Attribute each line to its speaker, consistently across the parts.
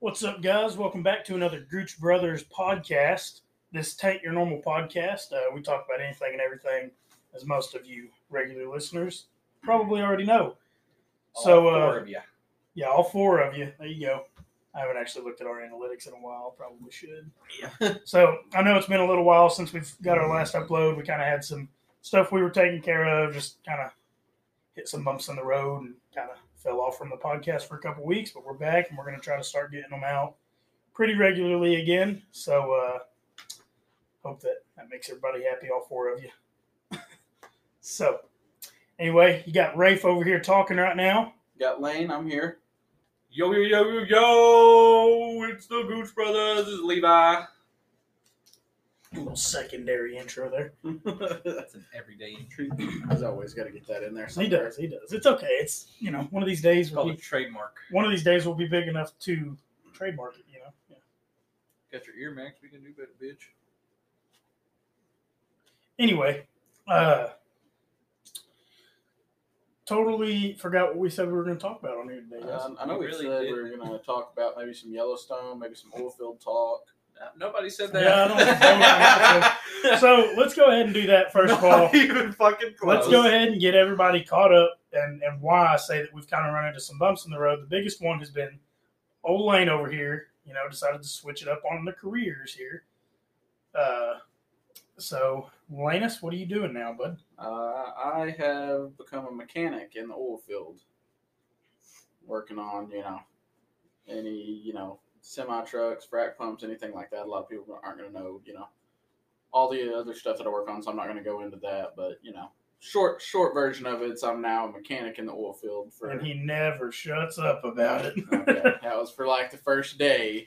Speaker 1: What's up, guys? Welcome back to another Gooch Brothers podcast. This Take Your Normal podcast. Uh, we talk about anything and everything, as most of you regular listeners probably already know. So,
Speaker 2: All four
Speaker 1: uh,
Speaker 2: of you.
Speaker 1: yeah, all four of you. There you go. I haven't actually looked at our analytics in a while. Probably should.
Speaker 2: Yeah.
Speaker 1: So I know it's been a little while since we've got our last upload. We kind of had some stuff we were taking care of, just kind of hit some bumps in the road and kind of fell off from the podcast for a couple weeks. But we're back and we're going to try to start getting them out pretty regularly again. So uh, hope that that makes everybody happy, all four of you. so anyway, you got Rafe over here talking right now.
Speaker 2: Got Lane. I'm here. Yo yo yo yo yo! It's the Gooch Brothers. It's Levi.
Speaker 1: A little secondary intro there.
Speaker 2: That's an everyday entry.
Speaker 3: As always, got to get that in there.
Speaker 1: He
Speaker 3: somewhere.
Speaker 1: does. He does. It's okay. It's you know one of these days.
Speaker 2: It's
Speaker 1: We'll
Speaker 2: called
Speaker 1: be,
Speaker 2: a trademark.
Speaker 1: one of these days we'll be big enough to trademark it. You know. Yeah.
Speaker 2: Got your ear, Max. We can do better, bitch.
Speaker 1: Anyway, uh, totally forgot what we said we were going to talk about on here today. guys.
Speaker 3: Um, I know
Speaker 2: We
Speaker 3: we
Speaker 2: really
Speaker 3: said
Speaker 2: did.
Speaker 3: we were going to talk about maybe some Yellowstone, maybe some oil field talk.
Speaker 2: Uh, Nobody said
Speaker 1: Yeah, I don't- I
Speaker 2: that.
Speaker 1: so let's go ahead and do that first of all.
Speaker 2: Not even fucking close.
Speaker 1: Let's go ahead and get everybody caught up and, and why I say that we've kind of run into some bumps in the road. The biggest one has been old Lane over here, you know, decided to switch it up on the careers here. Uh, so, Lanus, what are you doing now, bud?
Speaker 3: Uh, I have become a mechanic in the oil field, working on you know any you know semi trucks, frac pumps, anything like that. A lot of people aren't going to know you know all the other stuff that I work on, so I'm not going to go into that. But you know, short short version of it, so I'm now a mechanic in the oil field for
Speaker 1: And he never shuts up about it.
Speaker 3: okay, that was for like the first day.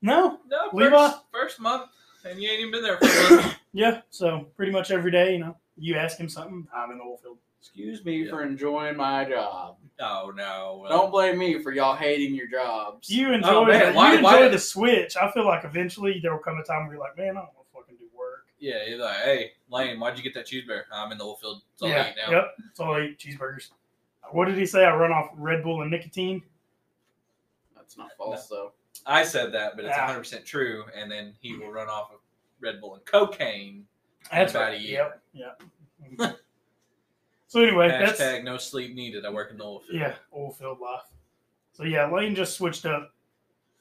Speaker 1: no,
Speaker 2: No, first,
Speaker 1: Levi?
Speaker 2: first month, and you ain't even been there for a month.
Speaker 1: yeah. So pretty much every day, you know, you ask him something, I'm in the oil field.
Speaker 3: Excuse me for enjoying my job.
Speaker 2: No, Oh, no. well,
Speaker 3: Don't blame me for y'all hating your jobs.
Speaker 1: You enjoy,
Speaker 2: Oh,
Speaker 1: the,
Speaker 2: man, why-
Speaker 1: you enjoy
Speaker 2: why-
Speaker 1: the switch. I feel like eventually there will come a time where you're like, man, I don't want to fucking do work.
Speaker 2: Yeah, you're like, hey, Lane, why'd you get that cheeseburger? I'm in the old field. It's all I eat now.
Speaker 1: Yep. It's all I eat cheeseburgers. What did he say? I run off Red Bull and nicotine.
Speaker 3: That's not false, though.
Speaker 2: I said that, but it's
Speaker 1: Yeah.
Speaker 2: 100% true. And then he will run off of Red Bull and cocaine.
Speaker 1: That's
Speaker 2: About a
Speaker 1: right.
Speaker 2: year.
Speaker 1: Yep. Yep. so anyway,
Speaker 2: Hashtag
Speaker 1: that's
Speaker 2: no sleep needed. I work in the oil field.
Speaker 1: yeah, oil field life. So yeah, Lane just switched up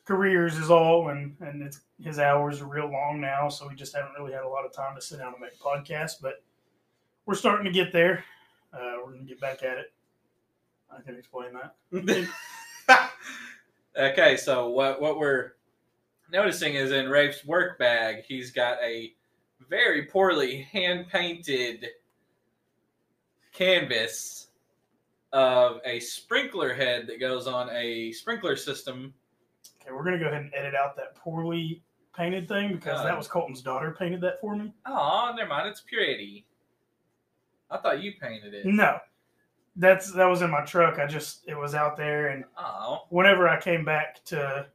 Speaker 1: careers is all, and and it's his hours are real long now, so we just haven't really had a lot of time to sit down and make podcasts. But we're starting to get there. Uh, we're gonna get back at it. I can explain that.
Speaker 2: okay, so what what we're noticing is in Rafe's work bag, he's got a very poorly hand painted canvas of a sprinkler head that goes on a sprinkler system.
Speaker 1: Okay, we're gonna go ahead and edit out that poorly painted thing because that was Colton's daughter painted that for me.
Speaker 2: Oh, never mind, it's purity. I thought you painted it.
Speaker 1: No, that's that was in my truck. I just it was out there, and
Speaker 2: Oh,
Speaker 1: whenever I came back to,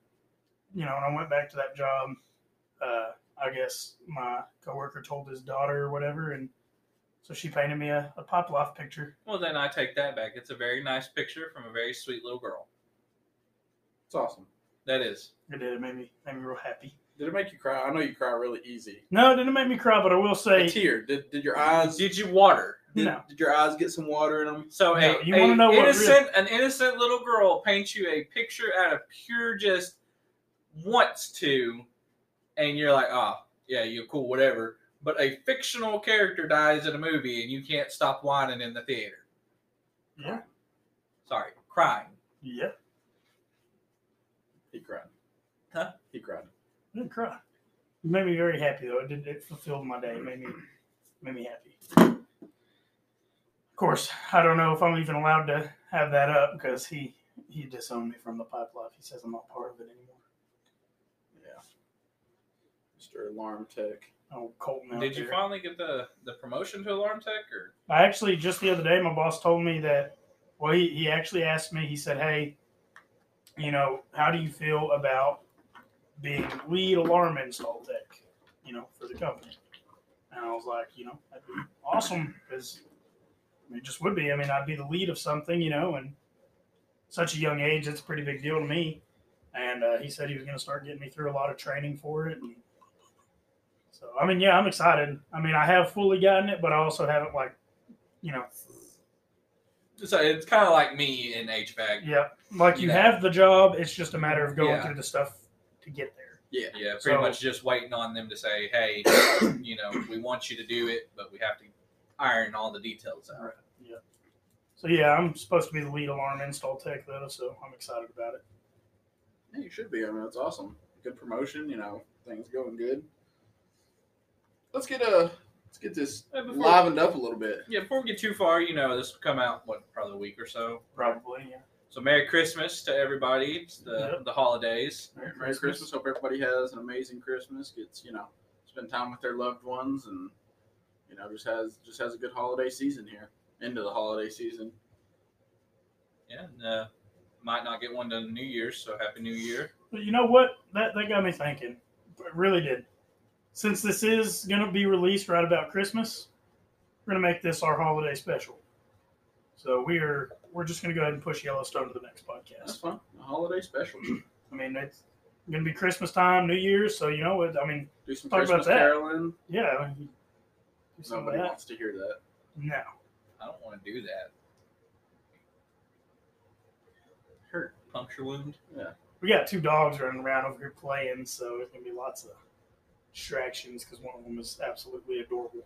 Speaker 1: you know, when I went back to that job, uh, I guess my coworker told his daughter or whatever, and so she painted me a, a pop life picture.
Speaker 2: well then I take that back. It's a very nice picture from a very sweet little girl.
Speaker 3: It's awesome.
Speaker 2: That is.
Speaker 1: It did. It made me made me real happy.
Speaker 3: Did it make you cry? I know you cry really easy.
Speaker 1: No, it didn't make me cry, but I will
Speaker 3: A
Speaker 1: say,
Speaker 3: tear. Did, did your
Speaker 1: Uh,
Speaker 3: eyes? Did,
Speaker 2: Did you water?
Speaker 1: No.
Speaker 3: did your eyes get some water in them?
Speaker 2: So
Speaker 1: No,
Speaker 2: a,
Speaker 1: you
Speaker 2: a
Speaker 1: wanna know what really-
Speaker 2: innocent an innocent little girl paints you a picture out of pure just wants to, and you're like, oh yeah, you're cool, whatever. But a fictional character dies in a movie, and you can't stop whining in the theater.
Speaker 1: Yeah.
Speaker 2: Sorry, crying.
Speaker 1: yeah,
Speaker 3: He cried.
Speaker 2: Huh?
Speaker 3: He cried.
Speaker 1: I didn't cry. It made me very happy though. It did. It fulfilled my day. It made me made me happy. Of course, I don't know if I'm even allowed to have that up because he he disowned me from the pipe life. He says I'm not part of it anymore.
Speaker 3: Yeah. Mr. Alarm Tech.
Speaker 1: Oh, Colton out
Speaker 2: Did you
Speaker 1: there.
Speaker 2: finally get the the promotion to alarm tech or?
Speaker 1: I actually just the other day, my boss told me that. Well, he, he actually asked me. He said, "Hey, you know, how do you feel about being lead alarm install tech? You know, for the company." And sounds like. You know, that'd be awesome because it just would be. I mean, I'd be the lead of something, you know, and such a young age, it's a pretty big deal to me. And uh, he said he was going to start getting me through a lot of training for it. And so, I mean, yeah, I'm excited. I mean, I have fully gotten it, but I also haven't like, you know,
Speaker 2: So it's kind of like me in HVAC.
Speaker 1: yeah, like you
Speaker 2: Yeah.
Speaker 1: have the job. It's just a matter of going
Speaker 2: Yeah.
Speaker 1: through the stuff to get there.
Speaker 3: Yeah.
Speaker 2: Yeah, pretty
Speaker 1: So-
Speaker 2: much just waiting on them to say, hey, you know, we want you to do it, but we have to iron all the details out.
Speaker 1: So yeah, I'm supposed to be the lead alarm install tech though, so I'm excited about it.
Speaker 3: Yeah, you should be. I mean, that's awesome. Good promotion. You know, things going good. Let's get uh let's get this
Speaker 2: Hey, before-
Speaker 3: livened up a little bit.
Speaker 2: Yeah, before we get too far, you know, this will come out, what, probably a week or so.
Speaker 1: Probably, yeah.
Speaker 2: So Merry Christmas to everybody. It's the, the holidays.
Speaker 3: Merry, Merry Christmas.
Speaker 1: Christmas.
Speaker 3: Hope everybody has an amazing Christmas. Gets you know, spend time with their loved ones, and you know, just has just has a good holiday season here. Into the holiday season.
Speaker 2: Yeah, and, uh, might not get one done New Year's, so Happy New Year.
Speaker 1: But you know what? That that got me thinking. It really did. Since this is gonna be released right about Christmas, we're gonna make this our holiday special. So we are we're just gonna go ahead and push Yellowstone to the next
Speaker 3: That's
Speaker 1: podcast.
Speaker 3: fun. A holiday special.
Speaker 1: I mean, it's gonna be Christmas time, New Year's, so you know it. I mean,
Speaker 3: Do some
Speaker 1: Talk about
Speaker 3: Christmas
Speaker 1: that.
Speaker 3: caroling.
Speaker 1: yeah. I mean, do some of
Speaker 3: Nobody
Speaker 1: that.
Speaker 3: wants to hear that.
Speaker 1: No,
Speaker 2: I don't want to do that.
Speaker 3: Hurt.
Speaker 2: Puncture wound.
Speaker 1: we got two dogs running around over here playing, so there's gonna be lots of distractions because one of them is absolutely adorable.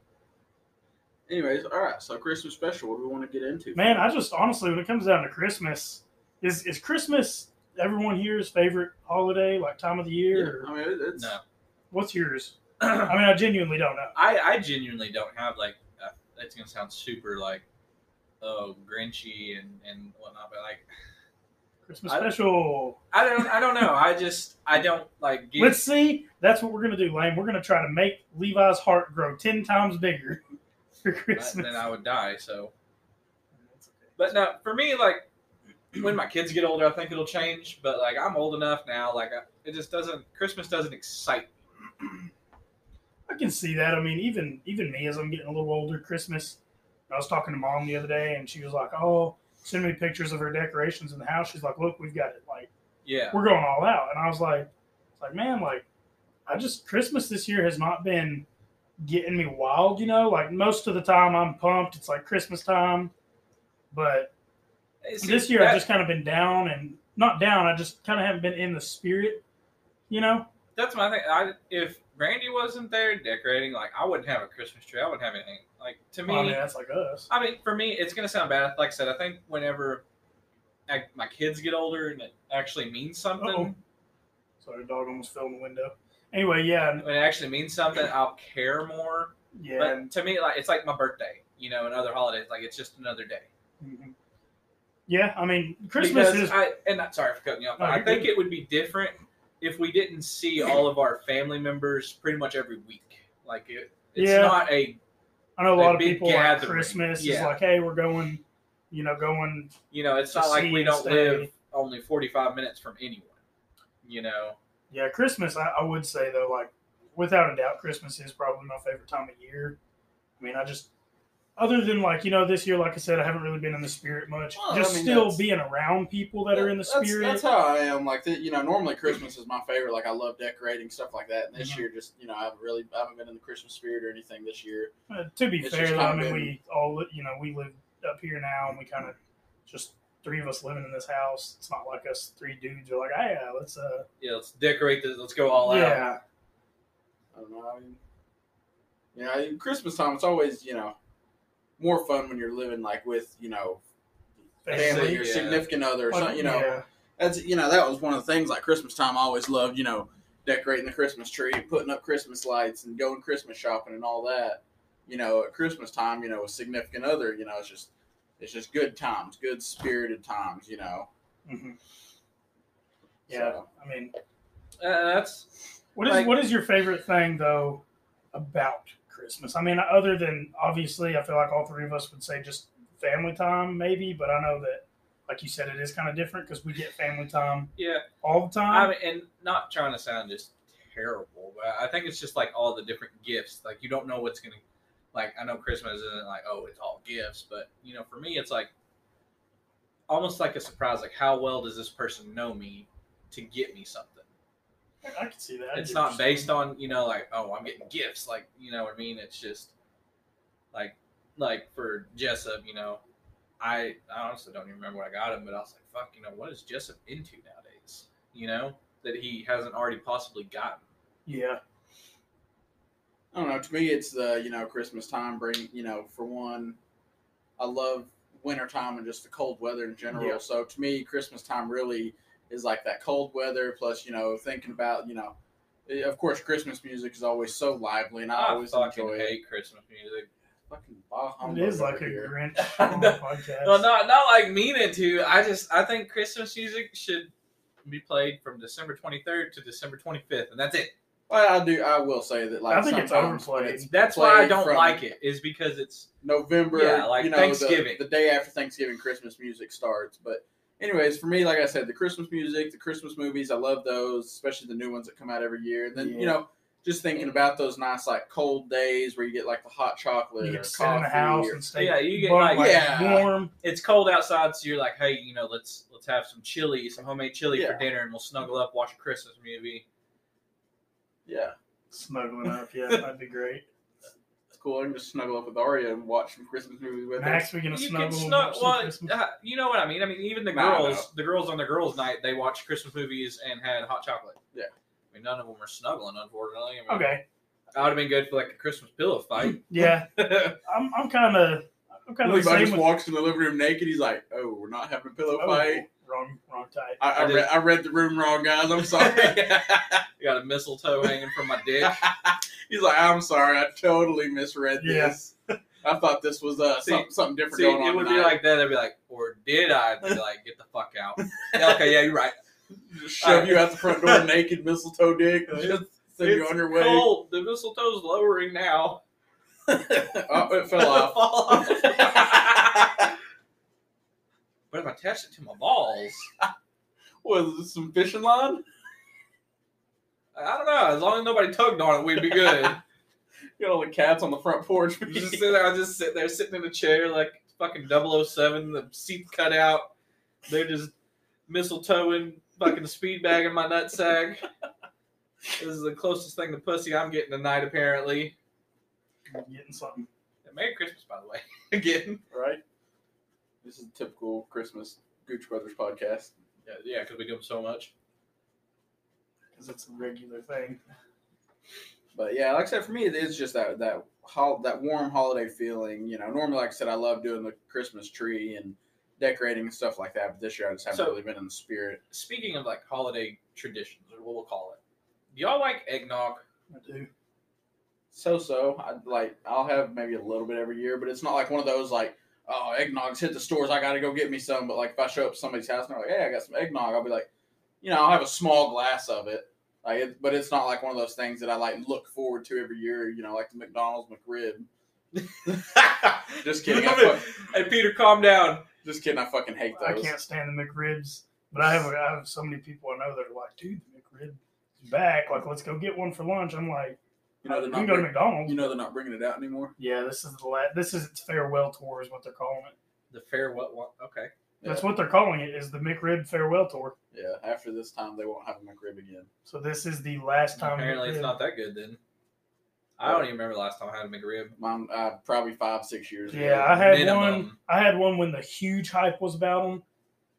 Speaker 3: Anyways, all right. So Christmas special. What do we want to get into?
Speaker 1: Man, I just honestly, when it comes down to Christmas, is is Christmas everyone here's favorite holiday, like time of the
Speaker 3: Yeah,
Speaker 1: year? or
Speaker 3: I mean, it- it's
Speaker 2: No.
Speaker 1: What's yours? I mean, I genuinely don't know.
Speaker 2: I, I genuinely don't have like uh, that's gonna sound super like oh grinchy and and whatnot, but like
Speaker 1: Christmas
Speaker 2: I-
Speaker 1: special.
Speaker 2: I don't I don't know. I just I don't like get
Speaker 1: Let's see. That's what we're gonna do, Lane. We're gonna try to make Levi's heart grow ten times bigger for
Speaker 2: but
Speaker 1: Christmas.
Speaker 2: then I would die. So, but no, for me like when my kids get older, I think it'll change. But like I'm old enough now, like I, it just doesn't Christmas doesn't excite. me.
Speaker 1: I can see that. I mean, even even me as I'm getting a little older, Christmas. I was talking to mom the other day, and she was like, "Oh, send me pictures of her decorations in the house." She's like, "Look, we've got it like."
Speaker 2: Yeah,
Speaker 1: we're going all out. And I was like, like man, like I just Christmas this year has not been getting me wild, you know. Like most of the time, I'm pumped. It's like Christmas time, but
Speaker 2: It's-
Speaker 1: this year
Speaker 2: that-
Speaker 1: I've just kind of been down and not down. I just kind of haven't been in the spirit, you know.
Speaker 2: that's my thing. I if Randy wasn't there decorating, like I wouldn't have a Christmas tree. I wouldn't have anything. Like to me,
Speaker 1: Well, I mean, that's like us.
Speaker 2: I mean, for me, it's gonna sound bad. Like I said, I think whenever I, my kids get older and it actually means something,
Speaker 1: Uh-oh. Sorry, the dog almost fell in the window. Anyway, yeah, and-
Speaker 2: when it actually means something, I'll care more.
Speaker 1: yeah. and-
Speaker 2: But to me, like it's like my birthday, you know, and other holidays. Like it's just another day.
Speaker 1: mhm. Yeah, I mean, Christmas
Speaker 2: Because
Speaker 1: is
Speaker 2: I and I, sorry for cutting you off.
Speaker 1: No,
Speaker 2: but I
Speaker 1: you're
Speaker 2: think
Speaker 1: good.
Speaker 2: it would be different if we didn't see all of our family members pretty much every week. Like it, it's
Speaker 1: Yeah.
Speaker 2: not a
Speaker 1: I know a
Speaker 2: A
Speaker 1: lot of
Speaker 2: big
Speaker 1: people like
Speaker 2: gathering.
Speaker 1: Christmas is
Speaker 2: Yeah.
Speaker 1: like, hey, we're going, you know, going.
Speaker 2: you know, it's
Speaker 1: To
Speaker 2: not like
Speaker 1: see
Speaker 2: we
Speaker 1: and
Speaker 2: don't
Speaker 1: stay.
Speaker 2: live only forty five minutes from anyone. You know,
Speaker 1: Yeah, Christmas. I, I would say though, like without a doubt, Christmas is probably my favorite time of year. I mean, I just other than like you know this year, like I said, I haven't really been in the spirit much.
Speaker 3: Well,
Speaker 1: just
Speaker 3: I mean,
Speaker 1: still
Speaker 3: that's-
Speaker 1: being around people that are in the
Speaker 3: That's-
Speaker 1: spirit.
Speaker 3: That's, how I am. Like th- you know, normally Christmas is my favorite. Like I love decorating stuff like that. And this
Speaker 1: Mhm.
Speaker 3: year, just you know, I haven't really I haven't been in the Christmas spirit or anything this year.
Speaker 1: Uh, to be
Speaker 3: It's
Speaker 1: fair,
Speaker 3: just
Speaker 1: though, I
Speaker 3: kinda
Speaker 1: mean,
Speaker 3: been-
Speaker 1: we all li- you know we live up here now, and we kind of just three of us living in this house. It's not like us three dudes are like, hey, uh, let's uh,
Speaker 2: yeah, let's decorate this. Let's go all out.
Speaker 1: yeah,
Speaker 3: I don't know. I mean, yeah, I mean, Christmas time. It's always you know more fun when you're living like with you know family
Speaker 2: Family,
Speaker 3: or
Speaker 2: yeah.
Speaker 3: significant other or
Speaker 1: Like,
Speaker 3: something. You know,
Speaker 1: yeah.
Speaker 3: that's you know that was one of the things like Christmas time. I always loved you know decorating the Christmas tree, putting up Christmas lights, and going Christmas shopping and all that. You know, at Christmas time, you know, with significant other, you know, it's just it's just good times, good spirited times. You know,
Speaker 1: hmm yeah.
Speaker 3: So,
Speaker 1: I mean,
Speaker 2: Uh, that's
Speaker 1: What is
Speaker 2: Like-
Speaker 1: what is your favorite thing though about Christmas? I mean, other than obviously, I feel like all three of us would say just family time, maybe. But I know that, like you said, it is kind of different because we get family time
Speaker 2: yeah.
Speaker 1: all the
Speaker 2: I
Speaker 1: time.
Speaker 2: mean, and not trying to sound just terrible, but I think it's just like all the different gifts. Like you don't know what's gonna. Like I know Christmas isn't like oh it's all gifts, but you know for me it's like almost like a surprise. Like how well does this person know me to get me something?
Speaker 1: I can see that.
Speaker 2: it's not based on you know like oh I'm getting gifts like you know what I mean. It's just like like for Jessup, you know, I I honestly don't even remember what I got him, but I was like fuck, you know, what is Jessup into nowadays? You know that he hasn't already possibly gotten.
Speaker 1: Yeah.
Speaker 3: I don't know. To me, it's the you know Christmas time. Bring you know for one, I love winter time and just the cold weather in general.
Speaker 1: Yeah.
Speaker 3: So to me, Christmas time really is like that cold weather plus you know thinking about you know, eh, of course Christmas music is always so lively and I, always
Speaker 2: fucking
Speaker 3: enjoy it.
Speaker 2: hate Christmas music.
Speaker 3: Fucking bah
Speaker 1: It
Speaker 3: humbug
Speaker 1: is like
Speaker 3: over
Speaker 1: a
Speaker 3: here.
Speaker 1: Grinch on the podcast.
Speaker 2: Well, not not like meaning to. I just I think Christmas music should be played from December 23rd to December 25th, and that's it.
Speaker 3: Well, I do. I will say that like
Speaker 1: I think it's
Speaker 3: sometimes when
Speaker 1: overplayed.
Speaker 3: it's
Speaker 2: That's why I
Speaker 3: played
Speaker 2: don't
Speaker 3: from
Speaker 2: like it. Is because it's
Speaker 3: November,
Speaker 2: Yeah, like
Speaker 3: you know,
Speaker 2: Thanksgiving.
Speaker 3: The, the day after Thanksgiving, Christmas music starts. But, anyways, for me, like I said, the Christmas music, the Christmas movies, I love those, especially the new ones that come out every year. And then,
Speaker 1: Yeah.
Speaker 3: you know, just thinking about those nice, like, cold days where you get, like, the hot chocolate
Speaker 1: you
Speaker 3: or
Speaker 1: get to sit
Speaker 3: coffee.
Speaker 1: in the house
Speaker 3: or-
Speaker 1: and stay.
Speaker 2: Yeah, you get,
Speaker 1: butt,
Speaker 2: like-
Speaker 3: Yeah.
Speaker 1: warm.
Speaker 2: it's cold outside, so you're like, hey, you know, let's let's have some chili, some homemade chili for
Speaker 3: Yeah.
Speaker 2: dinner, and we'll snuggle up, watch a Christmas movie.
Speaker 3: yeah,
Speaker 1: Smuggling up, yeah, that'd be great.
Speaker 3: it's cool. I can just snuggle up with Aria and watch some Christmas movies with her.
Speaker 1: Max, we gonna
Speaker 2: you
Speaker 1: snuggle.
Speaker 2: can
Speaker 1: and
Speaker 2: snuggle.
Speaker 1: watch some
Speaker 2: Well,
Speaker 1: Christmas-
Speaker 2: uh, you know what I mean. I mean, even the
Speaker 3: No, I
Speaker 2: girls, the girls on their girls' night, they watched Christmas movies and had hot chocolate.
Speaker 3: Yeah.
Speaker 2: I mean, none of them were snuggling, unfortunately. I mean,
Speaker 1: Okay,
Speaker 2: I would have been good for like a Christmas pillow fight.
Speaker 1: yeah, I'm, I'm kind of, I'm kind of the
Speaker 3: Levi
Speaker 1: same
Speaker 3: just
Speaker 1: with.
Speaker 3: walks in the living room naked. He's like, "Oh, we're not having a pillow
Speaker 1: Oh,
Speaker 3: fight."
Speaker 1: wrong, wrong type.
Speaker 3: I, I,
Speaker 2: I
Speaker 3: read,
Speaker 2: just-
Speaker 3: I read the room wrong, guys. I'm sorry.
Speaker 2: got a mistletoe hanging from my dick.
Speaker 3: He's like, I'm sorry, I totally misread
Speaker 1: Yeah.
Speaker 3: this. I thought this was uh,
Speaker 2: See-
Speaker 3: something, something different
Speaker 2: See,
Speaker 3: going on.
Speaker 2: it would be
Speaker 3: tonight."
Speaker 2: like that. I'd be like, or did I? They'd be like, get the fuck out. Yeah, okay, yeah, you're right.
Speaker 3: Just shove you out the front door naked, mistletoe dick, and uh, just send you
Speaker 2: It's
Speaker 3: on your way.
Speaker 2: Cold. The mistletoe's lowering now.
Speaker 3: oh, it fell off.
Speaker 2: Fall off. but if I attached it to my balls,
Speaker 3: Was it some fishing line?
Speaker 2: I don't know. As long as nobody tugged on it, we'd be good.
Speaker 3: You got all the cats on the front porch.
Speaker 2: You just sit there, I just sit there sitting in a chair like fucking 007, the seat's cut out. They're just mistletoeing, fucking speed bagging my nutsack. This is the closest thing to pussy I'm getting tonight, apparently.
Speaker 1: I'm getting something.
Speaker 2: And Merry Christmas, by the way. Again.
Speaker 3: right? This is a typical Christmas Gooch Brothers podcast.
Speaker 2: Yeah, yeah, because we do them so much.
Speaker 1: because it's a regular thing.
Speaker 3: But yeah, like I said, for me, it's just that that hol- that warm holiday feeling. You know, normally, like I said, I love doing the Christmas tree and decorating and stuff like that. But this year, I just haven't
Speaker 2: So-
Speaker 3: really been in the spirit.
Speaker 2: Speaking of like holiday traditions, or what we'll call it, do y'all like eggnog?
Speaker 1: I do.
Speaker 3: So so, I like I'll have maybe a little bit every year, but it's not like one of those like oh eggnogs hit the stores. I got to go get me some. But like if I show up to somebody's house and they're like, hey, I got some eggnog, I'll be like, you know, I'll have a small glass of it. Like, it, but it's not like one of those things that I like look forward to every year. You know, like the McDonald's McRib. Just kidding. I fuck-
Speaker 2: hey, Peter, calm down.
Speaker 3: just kidding. I fucking hate
Speaker 1: I
Speaker 3: those.
Speaker 1: can't stand the McRibs, but I have I have so many people I know that are like, dude, the McRib is back. Like, let's go get one for lunch. I'm like,
Speaker 3: You know
Speaker 1: we
Speaker 3: they're
Speaker 1: can
Speaker 3: not.
Speaker 1: go to
Speaker 3: Bring,
Speaker 1: McDonald's.
Speaker 3: you know they're not bringing it out anymore.
Speaker 1: yeah, this is the la- this is its farewell tour is what they're calling it.
Speaker 2: The fair what? what okay.
Speaker 1: That's
Speaker 3: Yeah.
Speaker 1: what they're calling it is the McRib farewell tour.
Speaker 3: Yeah. After this time, they won't have a McRib again.
Speaker 1: So this is the last time.
Speaker 2: Apparently,
Speaker 1: McRib-
Speaker 2: it's not that good then. I don't even remember last time I had a McRib.
Speaker 3: Mom, uh, probably five six years.
Speaker 1: Yeah, I
Speaker 3: ago.
Speaker 1: had
Speaker 2: Minimum.
Speaker 1: one. I had one when the huge hype was about them,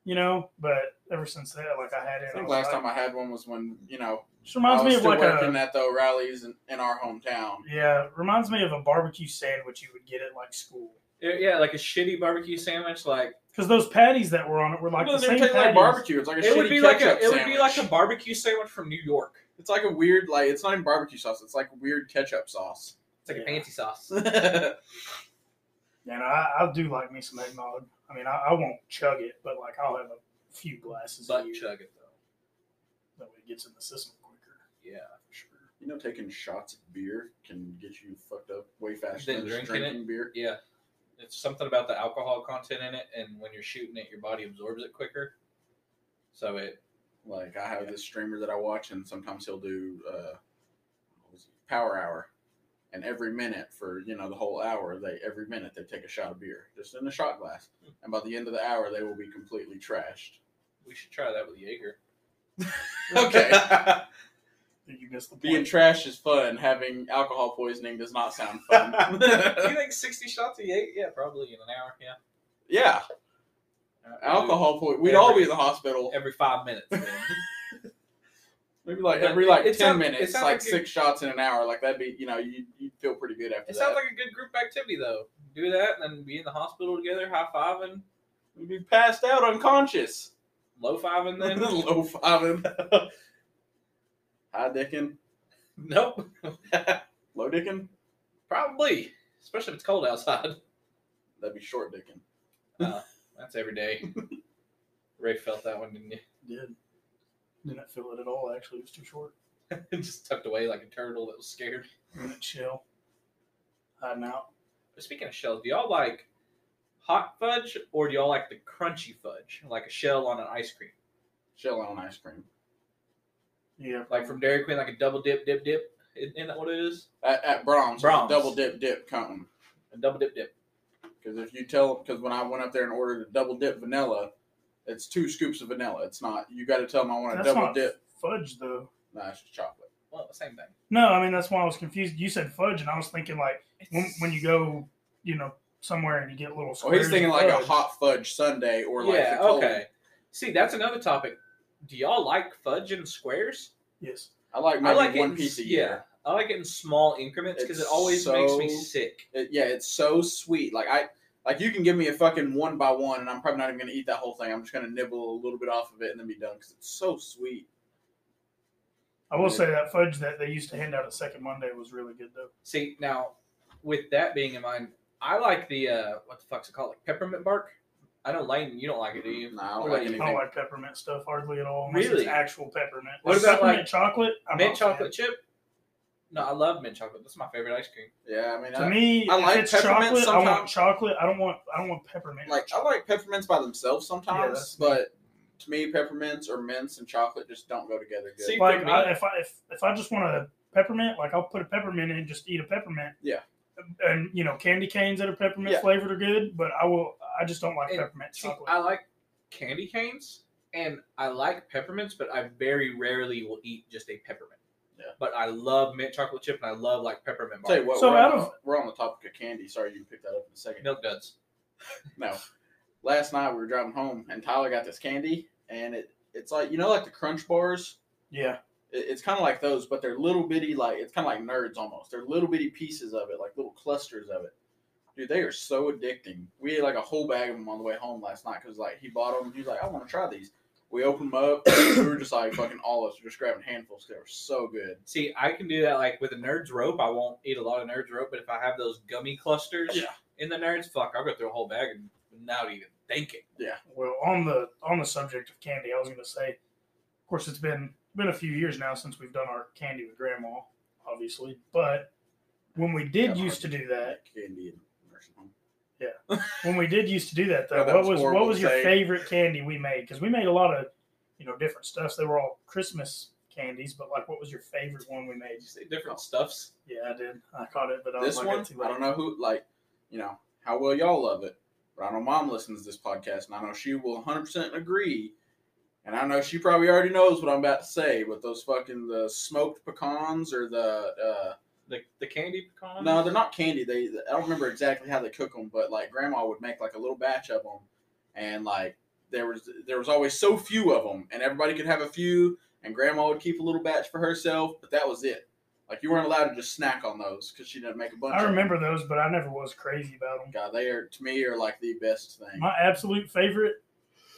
Speaker 1: you know. But ever since that, like I had it.
Speaker 3: I
Speaker 1: I
Speaker 3: think
Speaker 1: was
Speaker 3: last
Speaker 1: like-
Speaker 3: time I had one was when you know
Speaker 1: Just reminds
Speaker 3: I was
Speaker 1: me of
Speaker 3: still
Speaker 1: like a
Speaker 3: working at the O'Reilly's in, in our hometown.
Speaker 1: Yeah, reminds me of a barbecue sandwich you would get at like school.
Speaker 2: Yeah, Yeah, like a shitty barbecue sandwich. Like
Speaker 1: Because those patties that were on it were like
Speaker 3: Well,
Speaker 1: the
Speaker 3: they're
Speaker 1: same
Speaker 3: tasting
Speaker 1: patties.
Speaker 3: like barbecue. It's like a
Speaker 2: it would
Speaker 3: shitty
Speaker 2: be like a
Speaker 3: ketchup
Speaker 2: it would be like a
Speaker 3: sandwich.
Speaker 2: barbecue sandwich from New York.
Speaker 3: It's like a weird like it's not even barbecue sauce. It's like weird ketchup sauce.
Speaker 2: It's like a
Speaker 1: Yeah.
Speaker 2: fancy sauce.
Speaker 3: yeah,
Speaker 1: And I, I do like me some eggnog. I mean, I, I won't chug it, but like I'll have a few glasses
Speaker 2: Butt
Speaker 1: a year.
Speaker 2: chug it though.
Speaker 1: That way it gets in the system quicker.
Speaker 2: Yeah.
Speaker 3: you know, taking shots of beer can get you fucked up way faster
Speaker 2: Than
Speaker 3: than just
Speaker 2: drinking it?
Speaker 3: drinking beer.
Speaker 2: Yeah. It's something about the alcohol content in it, and when you're shooting it, your body absorbs it quicker. So it
Speaker 3: Like I have
Speaker 2: Yeah.
Speaker 3: this streamer that I watch, and sometimes he'll do uh, what was it, Power Hour, and every minute for you know the whole hour, they every minute they take a shot of beer just in a shot glass,
Speaker 2: Hmm.
Speaker 3: and by the end of the hour they will be completely trashed.
Speaker 2: We should try that with Jaeger.
Speaker 3: Okay.
Speaker 1: You missed the
Speaker 3: Being
Speaker 1: point.
Speaker 3: trashed is fun. Having alcohol poisoning does not sound fun.
Speaker 2: you think sixty shots of Jaeger? Yeah, probably in an hour. Yeah.
Speaker 3: yeah,
Speaker 2: Uh,
Speaker 3: alcohol poisoning. We'd all be in the hospital.
Speaker 2: every five minutes. man.
Speaker 3: Maybe like
Speaker 2: But
Speaker 3: every
Speaker 2: it-
Speaker 3: like
Speaker 2: it
Speaker 3: ten
Speaker 2: sound- it
Speaker 3: minutes,
Speaker 2: sound
Speaker 3: like,
Speaker 2: like you-
Speaker 3: six shots in an hour. Like that'd be you know you you'd feel pretty good after
Speaker 2: it
Speaker 3: that.
Speaker 2: sounds like a good group activity though. Do that, and then be in the hospital together, high fiving,
Speaker 3: We'd be passed out unconscious.
Speaker 2: low fiving.
Speaker 3: Then
Speaker 2: Then
Speaker 3: low fiving. High dicking,
Speaker 2: nope,
Speaker 3: low dicking.
Speaker 2: probably, especially if it's cold outside.
Speaker 3: That'd be short dicking.
Speaker 2: That's every day. Ray felt that one, didn't you?
Speaker 1: Did. Didn't feel it at all, actually. It was too short.
Speaker 2: Just tucked away like a turtle that was scared.
Speaker 1: In its shell. Hiding out.
Speaker 2: But Speaking of shells, do y'all like hot fudge or do y'all like the crunchy fudge, like a shell on an ice cream,
Speaker 3: Shell on ice cream.
Speaker 1: Yeah.
Speaker 2: like from Dairy Queen, like a double dip, dip, dip? Isn't that what it is?
Speaker 3: At, at Brahms,
Speaker 2: Brahms.
Speaker 3: double dip dip counting.
Speaker 2: A double dip, dip.
Speaker 3: Because if you tell, because when I went up there and ordered a double dip vanilla, it's two scoops of vanilla. It's not. You got to tell them I want a
Speaker 1: That's
Speaker 3: double
Speaker 1: not
Speaker 3: dip.
Speaker 1: fudge, though.
Speaker 3: No, it's just chocolate.
Speaker 2: Well, same thing.
Speaker 1: No, I mean, that's why I was confused. You said fudge, and I was thinking, like, when, when you go, you know, somewhere and you get little
Speaker 3: Oh,
Speaker 1: squares.
Speaker 3: he's thinking
Speaker 1: of
Speaker 3: like a
Speaker 1: fudge.
Speaker 3: hot fudge sundae or like
Speaker 2: yeah,
Speaker 3: the cold.
Speaker 2: okay. See, that's another topic. Do y'all like fudge in squares?
Speaker 1: Yes.
Speaker 3: I like
Speaker 2: I
Speaker 3: maybe
Speaker 2: like it
Speaker 3: one
Speaker 2: in-
Speaker 3: piece a
Speaker 2: yeah.
Speaker 3: year.
Speaker 2: I like it in small increments because it
Speaker 3: It's
Speaker 2: always makes me
Speaker 3: so-
Speaker 2: sick.
Speaker 3: It- yeah, it's so sweet. Like I like you can give me a fucking one by one, and I'm probably not even gonna eat that whole thing. I'm just gonna nibble a little bit off of it and then be done because it's so sweet.
Speaker 1: I will
Speaker 3: Yeah.
Speaker 1: say that fudge that they used to hand out at Second Monday was really good, though.
Speaker 2: See, now, with that being in mind, I like the, uh, what the fuck's it called? Like peppermint bark? I know, Lane, you don't like it, do you?
Speaker 3: No, I
Speaker 2: What
Speaker 3: don't
Speaker 2: about
Speaker 3: like
Speaker 2: you?
Speaker 1: I don't
Speaker 3: anything.
Speaker 1: like peppermint stuff hardly at all. Unless
Speaker 2: Really?
Speaker 1: It's actual peppermint.
Speaker 2: What
Speaker 1: Like
Speaker 2: about,
Speaker 1: peppermint
Speaker 2: like,
Speaker 1: chocolate? I'm
Speaker 2: mint
Speaker 1: not a fan.
Speaker 2: chocolate chip. No, I love mint chocolate. That's my favorite ice cream.
Speaker 3: Yeah, I mean,
Speaker 1: To
Speaker 3: I,
Speaker 1: me,
Speaker 3: I like
Speaker 1: if it's
Speaker 3: peppermint
Speaker 1: chocolate, I want
Speaker 3: sometimes.
Speaker 1: chocolate. I don't want. I don't want peppermint.
Speaker 3: like I like peppermints by themselves
Speaker 1: Yeah, that's-
Speaker 3: sometimes, but to me, peppermints or mints and chocolate just don't go together good.
Speaker 2: See,
Speaker 1: like
Speaker 2: for me-
Speaker 1: I, if I if, if I just want a peppermint, like I'll put a peppermint in and just eat a peppermint.
Speaker 3: Yeah.
Speaker 1: And you know, candy canes that are peppermint
Speaker 3: Yeah.
Speaker 1: flavored are good, but I will. I just don't like
Speaker 2: And
Speaker 1: peppermint
Speaker 2: See,
Speaker 1: chocolate.
Speaker 2: I like candy canes and I like peppermints, but I very rarely will eat just a peppermint.
Speaker 3: Yeah.
Speaker 2: But I love mint chocolate chip and I love like peppermint
Speaker 3: I'll tell
Speaker 2: bark.
Speaker 3: you what,
Speaker 1: So
Speaker 3: we're,
Speaker 1: out
Speaker 3: on,
Speaker 1: of-
Speaker 3: we're on the topic of candy. Sorry, you picked that up in a second.
Speaker 2: Milk duds.
Speaker 3: No, last night we were driving home and Tyler got this candy, and it it's like you know, like the Crunch bars.
Speaker 1: yeah.
Speaker 3: It- it's kind of like those, but they're little bitty, like it's kind of like nerds almost. They're little bitty pieces of it, like little clusters of it. Dude, they are so addicting. We ate like a whole bag of them on the way home last night because like he bought them. He's like, I want to try these. We opened them up. we were just like fucking all of us were just grabbing handfuls. 'cause They were so good.
Speaker 2: See, I can do that like with a nerd's rope. I won't eat a lot of nerd's rope, but if I have those gummy clusters
Speaker 3: Yeah.
Speaker 2: in the nerd's, fuck, I'll go through a whole bag and not even think it.
Speaker 1: Well, on the on the subject of candy, I was going to say, of course, it's been been a few years now since we've done our candy with Grandma, obviously, but when we did
Speaker 3: Kinda
Speaker 1: used to
Speaker 3: hard
Speaker 1: do that,
Speaker 3: candy in the nursing home.
Speaker 1: when we did used to do that though,
Speaker 3: Yeah, that
Speaker 1: what
Speaker 3: was
Speaker 1: was,
Speaker 3: horrible
Speaker 1: what was your
Speaker 3: to say.
Speaker 1: favorite candy we made? Because we made a lot of, you know, different stuffs. They were all Christmas candies, but like, what was your favorite one we made?
Speaker 2: Did you say
Speaker 3: Oh.
Speaker 2: different stuffs?
Speaker 1: Yeah, I did. I caught it, but I was
Speaker 3: This
Speaker 1: like,
Speaker 3: one,
Speaker 1: that's too late.
Speaker 3: I don't know who like, you know, how well y'all love it, but I know mom listens to this podcast, and I know she will 100 percent agree. And I know she probably already knows what I'm about to say, but those fucking the smoked pecans or the
Speaker 2: The, the candy
Speaker 3: uh,
Speaker 2: pecan?
Speaker 3: no, they're not candy. They I don't remember exactly how they cook them, but like grandma would make like a little batch of them, and like there was there was always so few of them, and everybody could have a few, and grandma would keep a little batch for herself, but that was it. Like you weren't allowed to just snack on those because she didn't make a bunch.
Speaker 1: I
Speaker 3: of 'em.
Speaker 1: remember those, but I never was crazy about them.
Speaker 3: God, they are to me are like the best thing.
Speaker 1: My absolute favorite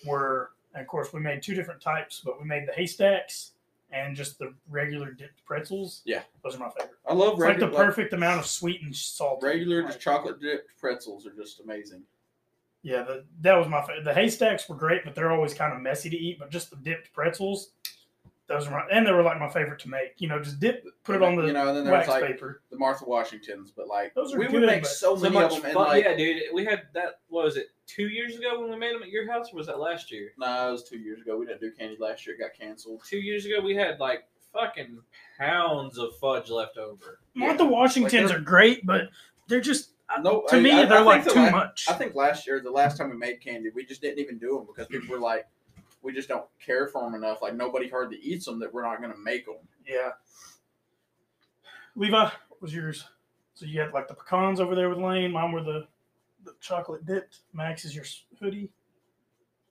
Speaker 1: were, and of course, we made two different types, but we made the haystacks and just the regular dipped pretzels.
Speaker 3: Yeah.
Speaker 1: those are my favorite.
Speaker 3: I love
Speaker 1: It's like the
Speaker 3: regular, like
Speaker 1: perfect amount of sweet and salt.
Speaker 3: regular just chocolate dipped pretzels are just amazing.
Speaker 1: Yeah, the, that was my favorite. The haystacks were great, but they're always kind of messy to eat. But just the dipped pretzels, those are my, and they were like my favorite to make. You know, just dip, put it on the
Speaker 3: you know, and then
Speaker 1: wax
Speaker 3: there's like
Speaker 1: paper.
Speaker 3: the Martha Washingtons, but like
Speaker 1: Those are
Speaker 3: we would
Speaker 1: good,
Speaker 3: make
Speaker 1: but
Speaker 3: so
Speaker 2: so
Speaker 3: many
Speaker 2: much
Speaker 3: of them,
Speaker 2: fun.
Speaker 3: and like
Speaker 2: yeah, dude. We had that, what was it, two years ago when we made them at your house, or was that last year?
Speaker 3: no, it was two years ago. We didn't do candy last year; it got canceled.
Speaker 2: Two years ago, we had like, fuck, fucking pounds of fudge left over.
Speaker 1: Martha Washingtons
Speaker 3: Like,
Speaker 1: are great, but they're just I-
Speaker 3: No,
Speaker 1: Uh, to
Speaker 3: I-
Speaker 1: me
Speaker 3: I- I
Speaker 1: they're
Speaker 3: think
Speaker 1: like
Speaker 3: the
Speaker 1: too
Speaker 3: la-
Speaker 1: much.
Speaker 3: I think last year, the last time we made candy, we just didn't even do them because people were like, we just don't care for them enough. Like nobody hardly eats them that we're not going to make them.
Speaker 1: yeah. Levi what was yours. So you had like the pecans over there with Lane. Mine were the, the chocolate dipped. Max is your s- hoodie.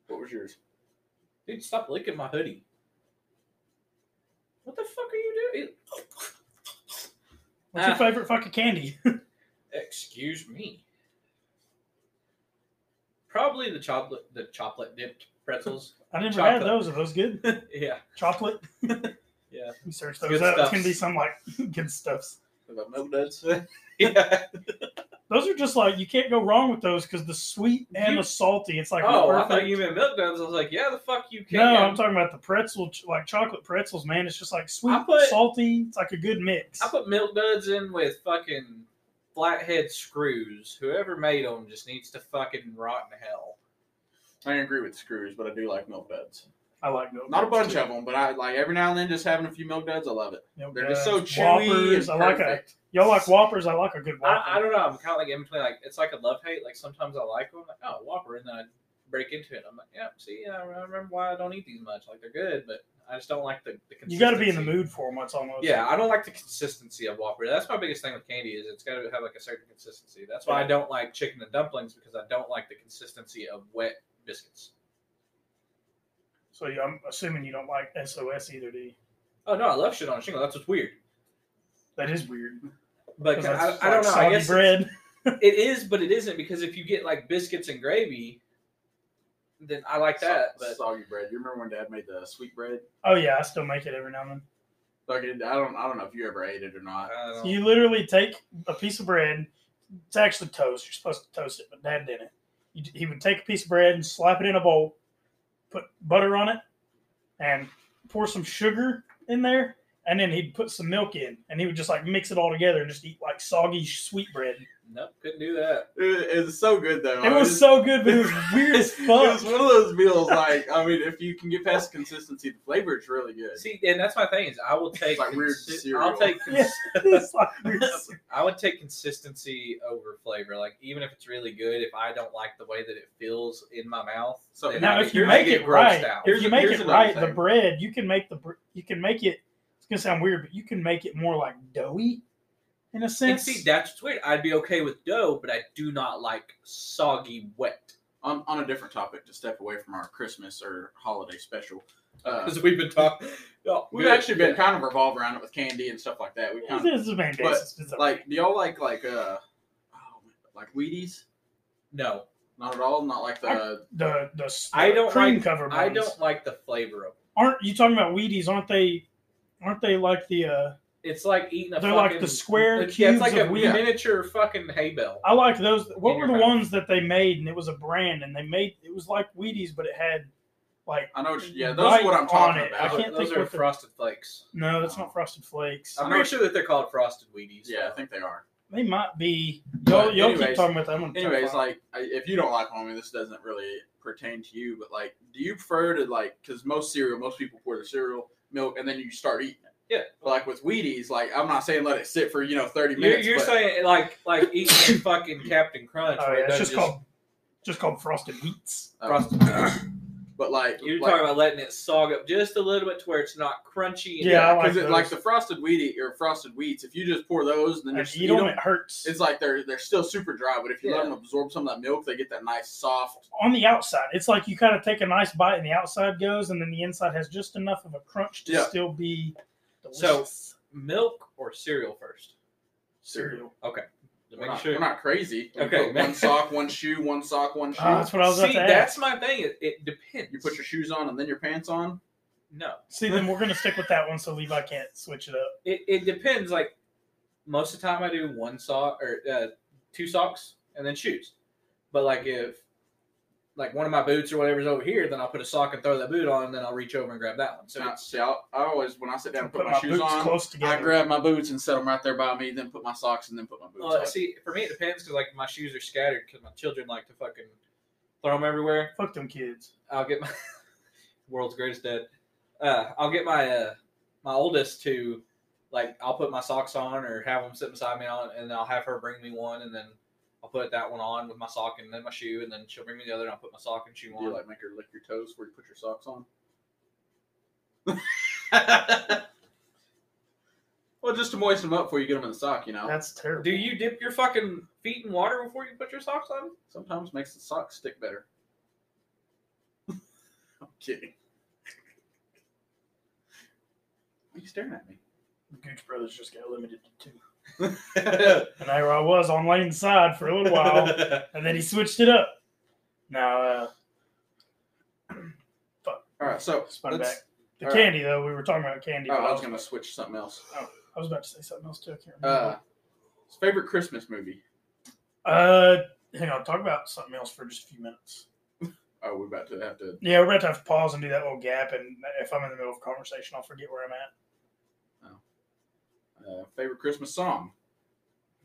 Speaker 3: What was yours?
Speaker 2: Dude, stop licking my hoodie. What the fuck are you doing?
Speaker 1: What's
Speaker 2: Ah.
Speaker 1: your favorite fucking candy?
Speaker 2: Excuse me. Probably the chocolate, the chocolate dipped pretzels.
Speaker 1: I never
Speaker 2: Chocolate.
Speaker 1: had those. Are those good?
Speaker 2: yeah,
Speaker 1: Chocolate.
Speaker 2: Yeah.
Speaker 1: You search
Speaker 2: Good
Speaker 1: those up. It's
Speaker 2: stuffs.
Speaker 1: gonna be some like good stuffs.
Speaker 3: About milk duds?
Speaker 2: yeah.
Speaker 1: Those are just like you can't go wrong with those because the sweet and
Speaker 2: You-
Speaker 1: the salty. It's like
Speaker 2: oh, I
Speaker 1: perfect.
Speaker 2: thought you meant milk duds. I was like, yeah, the fuck you can.
Speaker 1: No, I'm talking about the pretzel, ch- like chocolate pretzels, man. It's just like
Speaker 2: I
Speaker 1: sweet,
Speaker 2: put-
Speaker 1: salty. It's like a good mix.
Speaker 2: I put milk duds in with fucking flathead screws. Whoever made them just needs to fucking rot in hell.
Speaker 3: I agree with screws, but I do like milk duds.
Speaker 1: I like milk.
Speaker 3: Not a
Speaker 1: duds,
Speaker 3: bunch
Speaker 1: too.
Speaker 3: of them, but I like every now and then just having a few milk duds. I love it.
Speaker 1: Milk
Speaker 3: They're just so
Speaker 1: duds,
Speaker 3: chewy
Speaker 1: uh, Whoppers.
Speaker 3: and
Speaker 1: I like a
Speaker 3: perfect.
Speaker 1: y'all like whoppers. I like a good whopper.
Speaker 2: I, I don't know. I'm kind of like in between. Like it's like a love hate. Like sometimes I like them, like oh Whopper, and then I break into it. I'm like, yeah, see, I re- I remember why I don't eat these much. Like they're good, but I just don't like the. the
Speaker 1: you got to be in the
Speaker 2: consistency.
Speaker 1: mood for them. That's almost.
Speaker 2: Yeah, I don't like the consistency of Whopper. That's my biggest thing with candy is it's got to have like a certain consistency. That's why I don't like chicken and dumplings because I don't like the consistency of wet biscuits.
Speaker 1: So yeah, I'm assuming you don't like SOS either, do you?
Speaker 2: Oh no, I love shit on a shingle. That's what's weird.
Speaker 1: That is weird.
Speaker 2: But
Speaker 1: 'Cause
Speaker 2: I,
Speaker 1: that's
Speaker 2: I
Speaker 1: like
Speaker 2: don't know. I
Speaker 1: soggy
Speaker 2: guess
Speaker 1: bread.
Speaker 2: it is, but it isn't because if you get like biscuits and gravy, then I like that.
Speaker 3: So-
Speaker 2: But
Speaker 3: soggy bread. You remember when Dad made the sweet bread?
Speaker 1: Oh yeah, I still make it every now and then.
Speaker 3: Like, it- I don't, I don't know if you ever ate it or not.
Speaker 2: I don't know.
Speaker 1: You literally take a piece of bread. It's actually toast. You're supposed to toast it, but Dad didn't. You- He would take a piece of bread and slap it in a bowl, put butter on it, and pour some sugar in there, and then he'd put some milk in, and he would just like mix it all together and just eat like soggy sweet bread.
Speaker 2: Nope, couldn't do that.
Speaker 3: It, it was so good though.
Speaker 1: It was so good, but it was weird as
Speaker 3: It was
Speaker 1: fuck.
Speaker 3: one of those meals. Like, I mean, if you can get past consistency, the flavor is really good.
Speaker 2: See, and that's my thing is I will take
Speaker 3: like weird
Speaker 2: consi-
Speaker 3: cereal.
Speaker 2: I'll take
Speaker 1: Yeah, it's like weird.
Speaker 2: I would take consistency over flavor. Like even if it's really good, if I don't like the way that it feels in my mouth,
Speaker 3: So-
Speaker 2: then
Speaker 1: Now,
Speaker 2: I
Speaker 1: if
Speaker 2: get-
Speaker 1: you
Speaker 2: I
Speaker 1: make
Speaker 2: get
Speaker 1: it
Speaker 2: grossed
Speaker 1: right,
Speaker 2: out.
Speaker 1: if
Speaker 3: Here's
Speaker 1: you
Speaker 3: a-
Speaker 1: make
Speaker 3: here's
Speaker 1: it
Speaker 3: another
Speaker 1: right, the
Speaker 3: thing.
Speaker 1: bread you can make the br- you can make it. It's gonna sound weird, but you can make it more like doughy, in a
Speaker 2: And
Speaker 1: sense.
Speaker 2: see, that's what's weird. I'd be okay with dough, but I do not like soggy wet.
Speaker 3: On, on a different topic, to step away from our Christmas or holiday special, uh,
Speaker 2: Because we've been talking.
Speaker 3: we've actually been kind of revolve around it with candy and stuff like that. We kind of
Speaker 1: This is main
Speaker 3: But,
Speaker 1: basis. It's okay.
Speaker 3: like. Do y'all like like uh, oh, like Wheaties?
Speaker 2: No,
Speaker 3: Not at all. Not like the
Speaker 1: the the s-
Speaker 2: I don't
Speaker 1: cream
Speaker 2: like-
Speaker 1: cover.
Speaker 2: I
Speaker 1: buns.
Speaker 2: don't like the flavor of. it.
Speaker 1: Aren't you talking about Wheaties? Aren't they? Aren't they like the? uh
Speaker 2: It's like eating a.
Speaker 1: They're like
Speaker 2: fucking,
Speaker 1: the square
Speaker 2: yeah, it's
Speaker 1: cubes
Speaker 2: like
Speaker 1: of
Speaker 2: a
Speaker 1: wheat.
Speaker 2: miniature fucking hay bale.
Speaker 1: I like those. What
Speaker 2: In
Speaker 1: were
Speaker 2: your
Speaker 1: the
Speaker 2: mouth.
Speaker 1: ones that they made? And it was a brand, and they made it was like Wheaties, but it had like
Speaker 3: I know. What you, yeah, those
Speaker 1: right
Speaker 3: are what I'm
Speaker 1: on
Speaker 3: talking
Speaker 1: it.
Speaker 3: about.
Speaker 1: I can't
Speaker 2: those
Speaker 1: think
Speaker 2: are
Speaker 1: what the-
Speaker 2: frosted flakes.
Speaker 1: no, that's not Frosted Flakes.
Speaker 3: I'm
Speaker 2: I'm
Speaker 3: not-
Speaker 2: pretty sure that they're called frosted Wheaties.
Speaker 3: yeah, I think they are.
Speaker 1: They might be. Y'all, y'all keep
Speaker 3: anyways-
Speaker 1: talking about that. I'm gonna talk
Speaker 3: Anyways,
Speaker 1: about
Speaker 3: like I, if you don't like homie, this doesn't really pertain to you. But like, do you prefer to like? Because most cereal, most people pour the cereal milk and then you start eating it.
Speaker 2: Yeah.
Speaker 3: But like with Wheaties, like I'm not saying let it sit for you know 30
Speaker 2: You're,
Speaker 3: minutes.
Speaker 2: you're
Speaker 3: but
Speaker 2: saying like like eating fucking Captain Crunch.
Speaker 1: Oh,
Speaker 2: where it
Speaker 1: yeah, it's just
Speaker 2: doesn't
Speaker 1: called just called Frosted Wheats.
Speaker 3: uh,
Speaker 2: frosted.
Speaker 3: but like
Speaker 2: You're
Speaker 3: like,
Speaker 2: talking about letting it sog up just a little bit to where it's not crunchy. And
Speaker 1: Yeah, I like
Speaker 3: because it, like
Speaker 1: those.
Speaker 3: the frosted Wheatie or frosted wheats. If you just pour those and then
Speaker 1: Like,
Speaker 3: just
Speaker 1: you don't. It hurts
Speaker 3: it's like they're they're still super dry. But if you let
Speaker 2: Yeah.
Speaker 3: them absorb some of that milk, they get that nice soft.
Speaker 1: on the outside. It's like you kind of take a nice bite, and the outside goes, and then the inside has just enough of a crunch to
Speaker 3: Yeah.
Speaker 1: still be
Speaker 2: So-
Speaker 1: delicious.
Speaker 2: milk or cereal first.
Speaker 1: cereal.
Speaker 2: To
Speaker 3: We're
Speaker 2: make
Speaker 3: not,
Speaker 2: sure.
Speaker 3: we're not crazy. We
Speaker 2: Okay.
Speaker 3: put one sock, one shoe, one sock, one shoe.
Speaker 1: Ah, that's what I was
Speaker 2: See,
Speaker 1: about to ask.
Speaker 2: that's my thing. It, it depends.
Speaker 3: you put your shoes on and then your pants on.
Speaker 2: no.
Speaker 1: See, then we're gonna stick with that one, so Levi can't switch it up.
Speaker 2: It, it depends. Like most of the time, I do one sock or uh, two socks and then shoes. But like if like one of my boots or whatever's over here, then I'll put a sock and throw that boot on, and then I'll reach over and grab that one. So
Speaker 3: So,
Speaker 2: it's
Speaker 3: see, I, I always when I sit down and put, my, shoes
Speaker 1: boots
Speaker 3: on,
Speaker 1: close
Speaker 3: I
Speaker 1: together.
Speaker 3: grab my boots and set them right there by me. Then put my socks and then put my boots
Speaker 1: Oh,
Speaker 2: Well,
Speaker 3: on.
Speaker 2: see, for me, it depends because like my shoes are scattered because my children like to fucking throw them everywhere.
Speaker 1: Fuck them kids.
Speaker 2: I'll get my world's greatest dad. Uh, I'll get my uh, my oldest to like I'll put my socks on or have them sit beside me on, and I'll have her bring me one, and then I'll put that one on with my sock and then my shoe, and then she'll bring me the other, and I'll put my sock and shoe
Speaker 3: Do
Speaker 2: on.
Speaker 3: you like make her lick your toes where you put your socks on? Well, just to moisten them up before you get them in the sock, you know.
Speaker 1: That's terrible.
Speaker 2: Do you dip your fucking feet in water before you put your socks on?
Speaker 3: Sometimes makes the sock stick better. I'm kidding. Why are you staring at me?
Speaker 1: The Gooch brothers just got limited to two.
Speaker 2: For
Speaker 1: And there I was on Lane's side for a little while, and then he switched it up. Now, uh,
Speaker 3: All right, so
Speaker 1: Spun
Speaker 3: let's-
Speaker 1: back. the
Speaker 3: all right.
Speaker 1: candy though, we were talking about candy.
Speaker 3: Oh,
Speaker 1: but
Speaker 3: I was gonna switch to something else.
Speaker 1: I was about to say something else too. I can't remember.
Speaker 3: Uh, favorite Christmas movie?
Speaker 1: Uh, hang on, talk about something else for just a few minutes.
Speaker 3: Oh, we're about to have to.
Speaker 1: Yeah, we're about to have to pause and do that little gap, and if I'm in the middle of a conversation, I'll forget where I'm at.
Speaker 3: Uh, favorite Christmas song?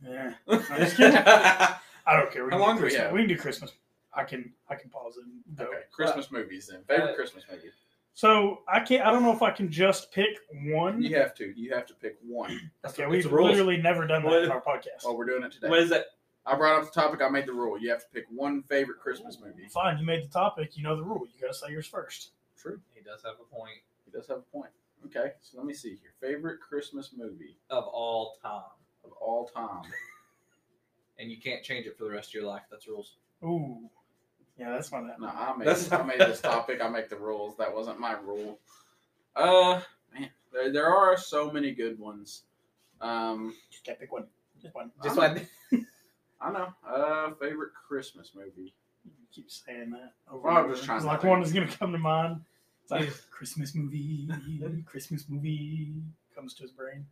Speaker 1: Yeah, just kidding.
Speaker 3: okay,
Speaker 1: I don't care. We
Speaker 3: How
Speaker 1: can do
Speaker 3: long do we
Speaker 1: Christmas.
Speaker 3: have?
Speaker 1: We can do Christmas. I can I can pause it. And go.
Speaker 3: Christmas movies then. Favorite
Speaker 2: Uh,
Speaker 3: Christmas movie?
Speaker 1: So I can't. I don't know if I can just pick one.
Speaker 3: You have to. You have to pick one.
Speaker 1: okay,
Speaker 2: That's
Speaker 1: we've
Speaker 2: the rules.
Speaker 1: literally never done that
Speaker 2: What-
Speaker 1: in our podcast.
Speaker 3: While we're doing it today,
Speaker 2: What is that?
Speaker 3: I brought up the topic. I made the rule. You have to pick one favorite Christmas movie.
Speaker 1: Fine, you made the topic. You know the rule. You got to say yours first.
Speaker 3: True.
Speaker 2: He does have a point
Speaker 3: He does have a point. Okay, so let me see here. Favorite Christmas movie
Speaker 2: of all time,
Speaker 3: of all time?
Speaker 2: and you can't change it for the rest of your life. That's rules.
Speaker 1: Ooh, yeah, that's not that.
Speaker 3: No, I made
Speaker 2: That's-
Speaker 3: I made this topic. I make the rules. That wasn't my rule. Uh, man, there, there are so many good ones. Um,
Speaker 1: Just can't pick one. Just one.
Speaker 2: Just
Speaker 3: I'm-
Speaker 2: like
Speaker 3: I know. Uh, favorite Christmas movie.
Speaker 1: You keep saying that. Over
Speaker 3: Well, I'm
Speaker 1: and
Speaker 3: just
Speaker 1: over.
Speaker 3: trying
Speaker 1: It's
Speaker 3: to
Speaker 1: like
Speaker 3: think.
Speaker 1: one is gonna come to mind. It's like Christmas movie, Christmas movie comes to his brain.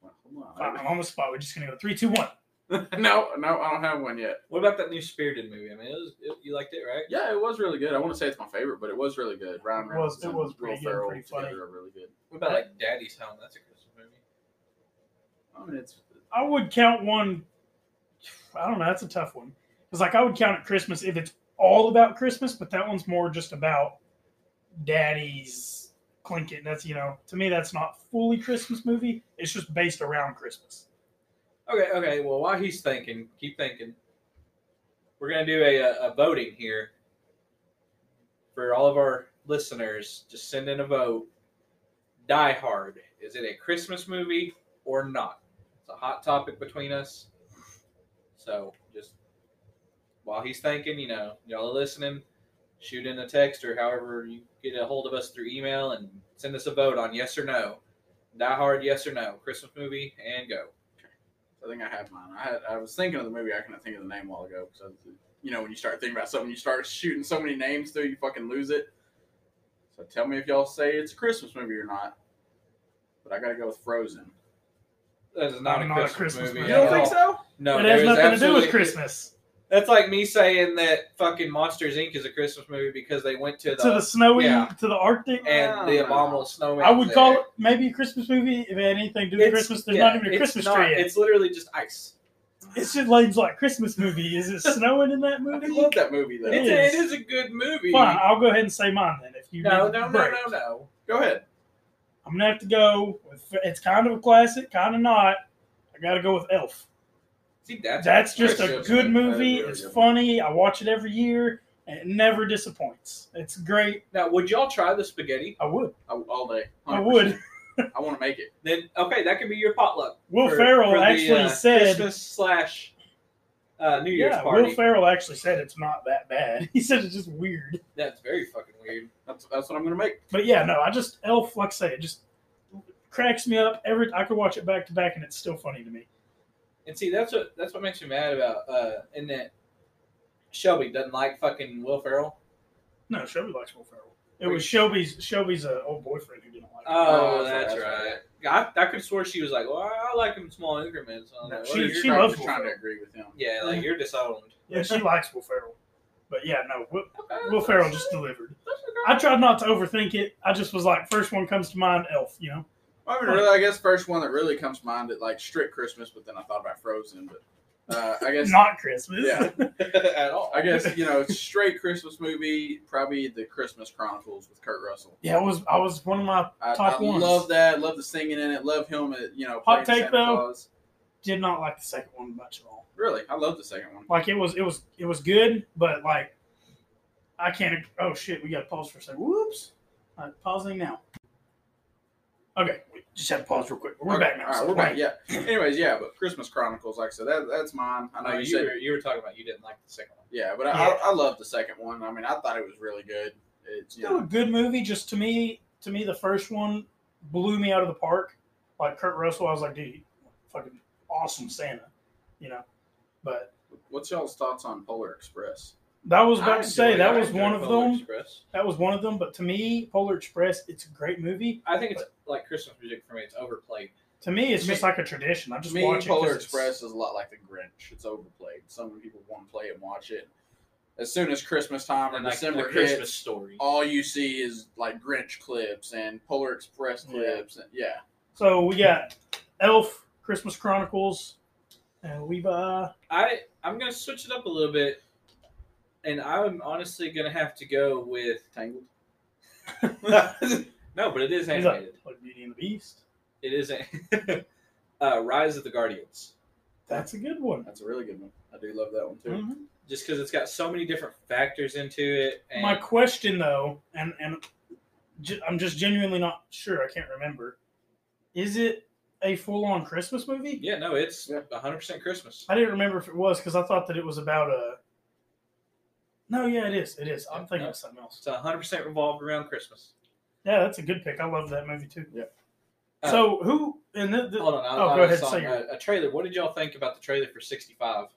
Speaker 3: Well, hold on.
Speaker 1: Fine, I'm on the spot. We're just gonna go three, two, one.
Speaker 3: no, no, I don't have one yet.
Speaker 2: what about that new Spirited movie? I mean, it was it, you liked it, right?
Speaker 3: Yeah, it was really good. I want to say it's my favorite, but it was really good. Ryan
Speaker 1: It
Speaker 3: Reynolds
Speaker 1: was- it
Speaker 3: and
Speaker 1: was
Speaker 3: Will
Speaker 1: pretty good,
Speaker 3: Ferrell
Speaker 1: pretty funny.
Speaker 3: together are really good.
Speaker 2: What about like Daddy's Home? That's a Christmas movie.
Speaker 3: I mean, it's
Speaker 1: I would count one. I don't know. That's a tough one. Because like I would count it Christmas if it's all about Christmas, but that one's more just about daddy's clinking. That's you know to me that's not fully Christmas movie. It's just based around Christmas.
Speaker 2: Okay, okay. Well, while he's thinking, keep thinking. We're gonna do a, a, a voting here for all of our listeners. Just send in a vote. Die Hard is it a Christmas movie or not? It's a hot topic between us. So just while he's thinking, you know, y'all are listening. Shoot in a text or however you get a hold of us through email and send us a vote on yes or no. Die Hard, yes or no. Christmas movie and go.
Speaker 3: I think I have mine. I had, I was thinking of the movie. I couldn't think of the name a while ago. So, you know, when you start thinking about something, you start shooting so many names through, you fucking lose it. So tell me if y'all say it's a Christmas movie or not. But I gotta go with Frozen.
Speaker 2: That is not,
Speaker 1: Not
Speaker 2: a,
Speaker 1: a
Speaker 2: Christmas
Speaker 1: Christmas
Speaker 2: movie.
Speaker 1: movie.
Speaker 3: You
Speaker 1: You
Speaker 2: at
Speaker 1: don't
Speaker 3: don't
Speaker 1: think
Speaker 2: all.
Speaker 3: think so?
Speaker 2: No,
Speaker 1: it has
Speaker 2: there's
Speaker 1: nothing to do
Speaker 2: absolutely-
Speaker 1: with Christmas.
Speaker 2: That's like me saying that fucking Monsters Inc. is a Christmas movie because they went to the,
Speaker 1: to the snowy,
Speaker 2: yeah.
Speaker 1: to the Arctic.
Speaker 2: and the abominable snowman.
Speaker 1: I would
Speaker 2: there.
Speaker 1: call it maybe a Christmas movie if it had anything to do with
Speaker 2: It's-
Speaker 1: Christmas. There's
Speaker 2: yeah,
Speaker 1: not even a
Speaker 2: it's
Speaker 1: Christmas
Speaker 2: not-
Speaker 1: tree. Yet. It's,
Speaker 2: It's literally just ice.
Speaker 1: just like, like Christmas movie. Is it snowing in that
Speaker 3: I
Speaker 1: movie?
Speaker 3: love that movie though.
Speaker 2: It's
Speaker 1: is.
Speaker 2: a, it is a good movie.
Speaker 1: Fine, I'll go ahead and say mine then. If you
Speaker 2: No,
Speaker 1: need
Speaker 2: no, no,
Speaker 1: a
Speaker 2: no,
Speaker 1: break.
Speaker 2: no, no.
Speaker 3: Go ahead.
Speaker 1: I'm gonna have to go. With, it's kind of a classic, kind of not. I gotta go with Elf.
Speaker 2: See, that's
Speaker 1: That's just a
Speaker 2: Christmas
Speaker 1: good
Speaker 3: movie. That is
Speaker 1: movie.
Speaker 3: really
Speaker 1: It's
Speaker 3: good.
Speaker 1: funny. I watch it every year, and it never disappoints. It's great.
Speaker 2: Now, would y'all try the spaghetti?
Speaker 1: I would.
Speaker 3: I, all day.
Speaker 1: I would.
Speaker 3: 100%. I want to make it.
Speaker 2: Then okay, that could be your potluck.
Speaker 1: Will
Speaker 2: for-
Speaker 1: Ferrell
Speaker 2: for the,
Speaker 1: actually
Speaker 2: uh,
Speaker 1: said
Speaker 2: Christmas slash uh, New Year's
Speaker 1: Yeah,
Speaker 2: party.
Speaker 1: Will Ferrell actually said it's not that bad. He said it's just weird.
Speaker 2: that's very fucking weird.
Speaker 3: That's that's what I'm gonna make.
Speaker 1: But yeah, no, I just Elf, like I say, it just cracks me up. Every I could watch it back to back, and it's still funny to me.
Speaker 2: And see, that's what that's what makes me mad about uh, in that Shelby doesn't like fucking Will Ferrell.
Speaker 1: No, Shelby likes Will Ferrell. It
Speaker 2: Are
Speaker 1: was
Speaker 2: you-
Speaker 1: Shelby's Shelby's uh, old boyfriend who didn't like. him.
Speaker 2: Oh,
Speaker 3: Oh,
Speaker 2: that's,
Speaker 3: that's
Speaker 2: right.
Speaker 3: right.
Speaker 2: Yeah, I, I could swear she was like, "Well, I like him in small increments." I'm like,
Speaker 1: No,
Speaker 2: well,
Speaker 1: she-
Speaker 2: you're
Speaker 1: she
Speaker 2: not-
Speaker 3: I'm
Speaker 1: loves
Speaker 3: just
Speaker 1: Will
Speaker 3: trying to
Speaker 1: Ferrell.
Speaker 3: agree with him.
Speaker 2: Yeah, like
Speaker 1: Mhm.
Speaker 2: you're disowned.
Speaker 1: yeah, she likes Will Ferrell. But yeah, no, Will,
Speaker 2: Okay,
Speaker 1: Will
Speaker 2: that's-
Speaker 1: Ferrell just delivered.
Speaker 2: that's okay.
Speaker 1: I tried not to overthink it. I just was like, first one comes to mind, Elf. You know,
Speaker 3: I mean, really, I guess first one that really comes to mind that like strict Christmas, but then I thought about Frozen. But Uh, I guess
Speaker 1: Not Christmas.
Speaker 3: Yeah.
Speaker 2: at all.
Speaker 3: I guess you know, straight Christmas movie, probably the Christmas Chronicles with Kurt Russell.
Speaker 1: Yeah, it was I was one of my
Speaker 3: I,
Speaker 1: Top
Speaker 3: I
Speaker 1: ones.
Speaker 3: love that. Love the singing in it. Love him. At, you know,
Speaker 1: Hot
Speaker 3: playing
Speaker 1: take,
Speaker 3: Santa
Speaker 1: though.
Speaker 3: Claus.
Speaker 1: did not like the second one much at all.
Speaker 3: Really, I love the second one.
Speaker 1: Like it was it was it was good, but like I can't oh shit, we gotta pause for a second. Whoops. I'm pausing now. Okay, we just had to pause real quick. We're
Speaker 3: Okay,
Speaker 1: back now.
Speaker 3: All right,
Speaker 1: so
Speaker 3: we're back.
Speaker 1: thank
Speaker 3: Yeah. Anyways, yeah, but Christmas Chronicles, like I said, that that's mine. I know
Speaker 2: No,
Speaker 3: you
Speaker 2: Oh, you
Speaker 3: said,
Speaker 2: were, you were talking about you didn't like the second one.
Speaker 3: yeah, but I,
Speaker 1: Yeah.
Speaker 3: I, I love the second one. I mean, I thought it was really good. It's you
Speaker 1: still a
Speaker 3: know,
Speaker 1: good movie. Just to me, to me, the first one blew me out of the park. Like Kurt Russell, I was like, dude, fucking awesome Santa, you know. But
Speaker 3: what's y'all's thoughts on Polar Express?
Speaker 1: that was
Speaker 2: I
Speaker 1: about to
Speaker 2: enjoyed
Speaker 1: say
Speaker 2: it.
Speaker 1: that
Speaker 2: I
Speaker 1: was
Speaker 2: enjoyed
Speaker 1: one of
Speaker 2: Polar
Speaker 1: them.
Speaker 2: Express.
Speaker 1: That was one of them. But to me, Polar Express, it's a great movie.
Speaker 2: I think it's like Christmas music for me. It's overplayed.
Speaker 1: To me, it's
Speaker 3: Me-
Speaker 1: just like a tradition. I just
Speaker 3: me,
Speaker 1: watch it. 'cause
Speaker 3: Polar
Speaker 1: it's-
Speaker 3: Express is a lot like the Grinch. It's overplayed. Some people want to play it and watch it. As soon as Christmas time or
Speaker 2: And like
Speaker 3: December
Speaker 2: the Christmas
Speaker 3: hits,
Speaker 2: story.
Speaker 3: all you see is like Grinch clips and Polar Express
Speaker 1: Yeah.
Speaker 3: clips. And, yeah.
Speaker 1: So we got Elf, Christmas Chronicles, and uh, Levi.
Speaker 2: I I'm gonna switch it up a little bit, and I'm honestly gonna have to go with
Speaker 3: Tangled.
Speaker 2: no, but it is
Speaker 1: He's like,
Speaker 2: animated.
Speaker 1: like Beauty and the Beast.
Speaker 2: It is a- uh, Rise of the Guardians.
Speaker 1: That's a good one.
Speaker 3: That's a really good one. I do love that one too.
Speaker 1: Mhm.
Speaker 2: Just because it's got so many different factors into it, and
Speaker 1: My question, though, and and ge- I'm just genuinely not sure. I can't remember. Is it a full-on Christmas movie?
Speaker 2: yeah, no, it's
Speaker 3: Yeah.
Speaker 2: 100 percent Christmas.
Speaker 1: I didn't remember if it was because I thought that it was about a. No, yeah, it is. It is. I'm
Speaker 2: Yeah,
Speaker 1: thinking
Speaker 2: no.
Speaker 1: of something else.
Speaker 2: It's 100 percent revolved around Christmas.
Speaker 1: Yeah, that's a good pick. I love that movie too.
Speaker 3: Yeah.
Speaker 2: Uh,
Speaker 1: So who and the, the,
Speaker 2: Hold on, I,
Speaker 1: Oh,
Speaker 2: I
Speaker 1: go
Speaker 2: was
Speaker 1: ahead,
Speaker 2: on
Speaker 1: say your-
Speaker 2: a, a trailer. What did y'all think about the trailer for 65?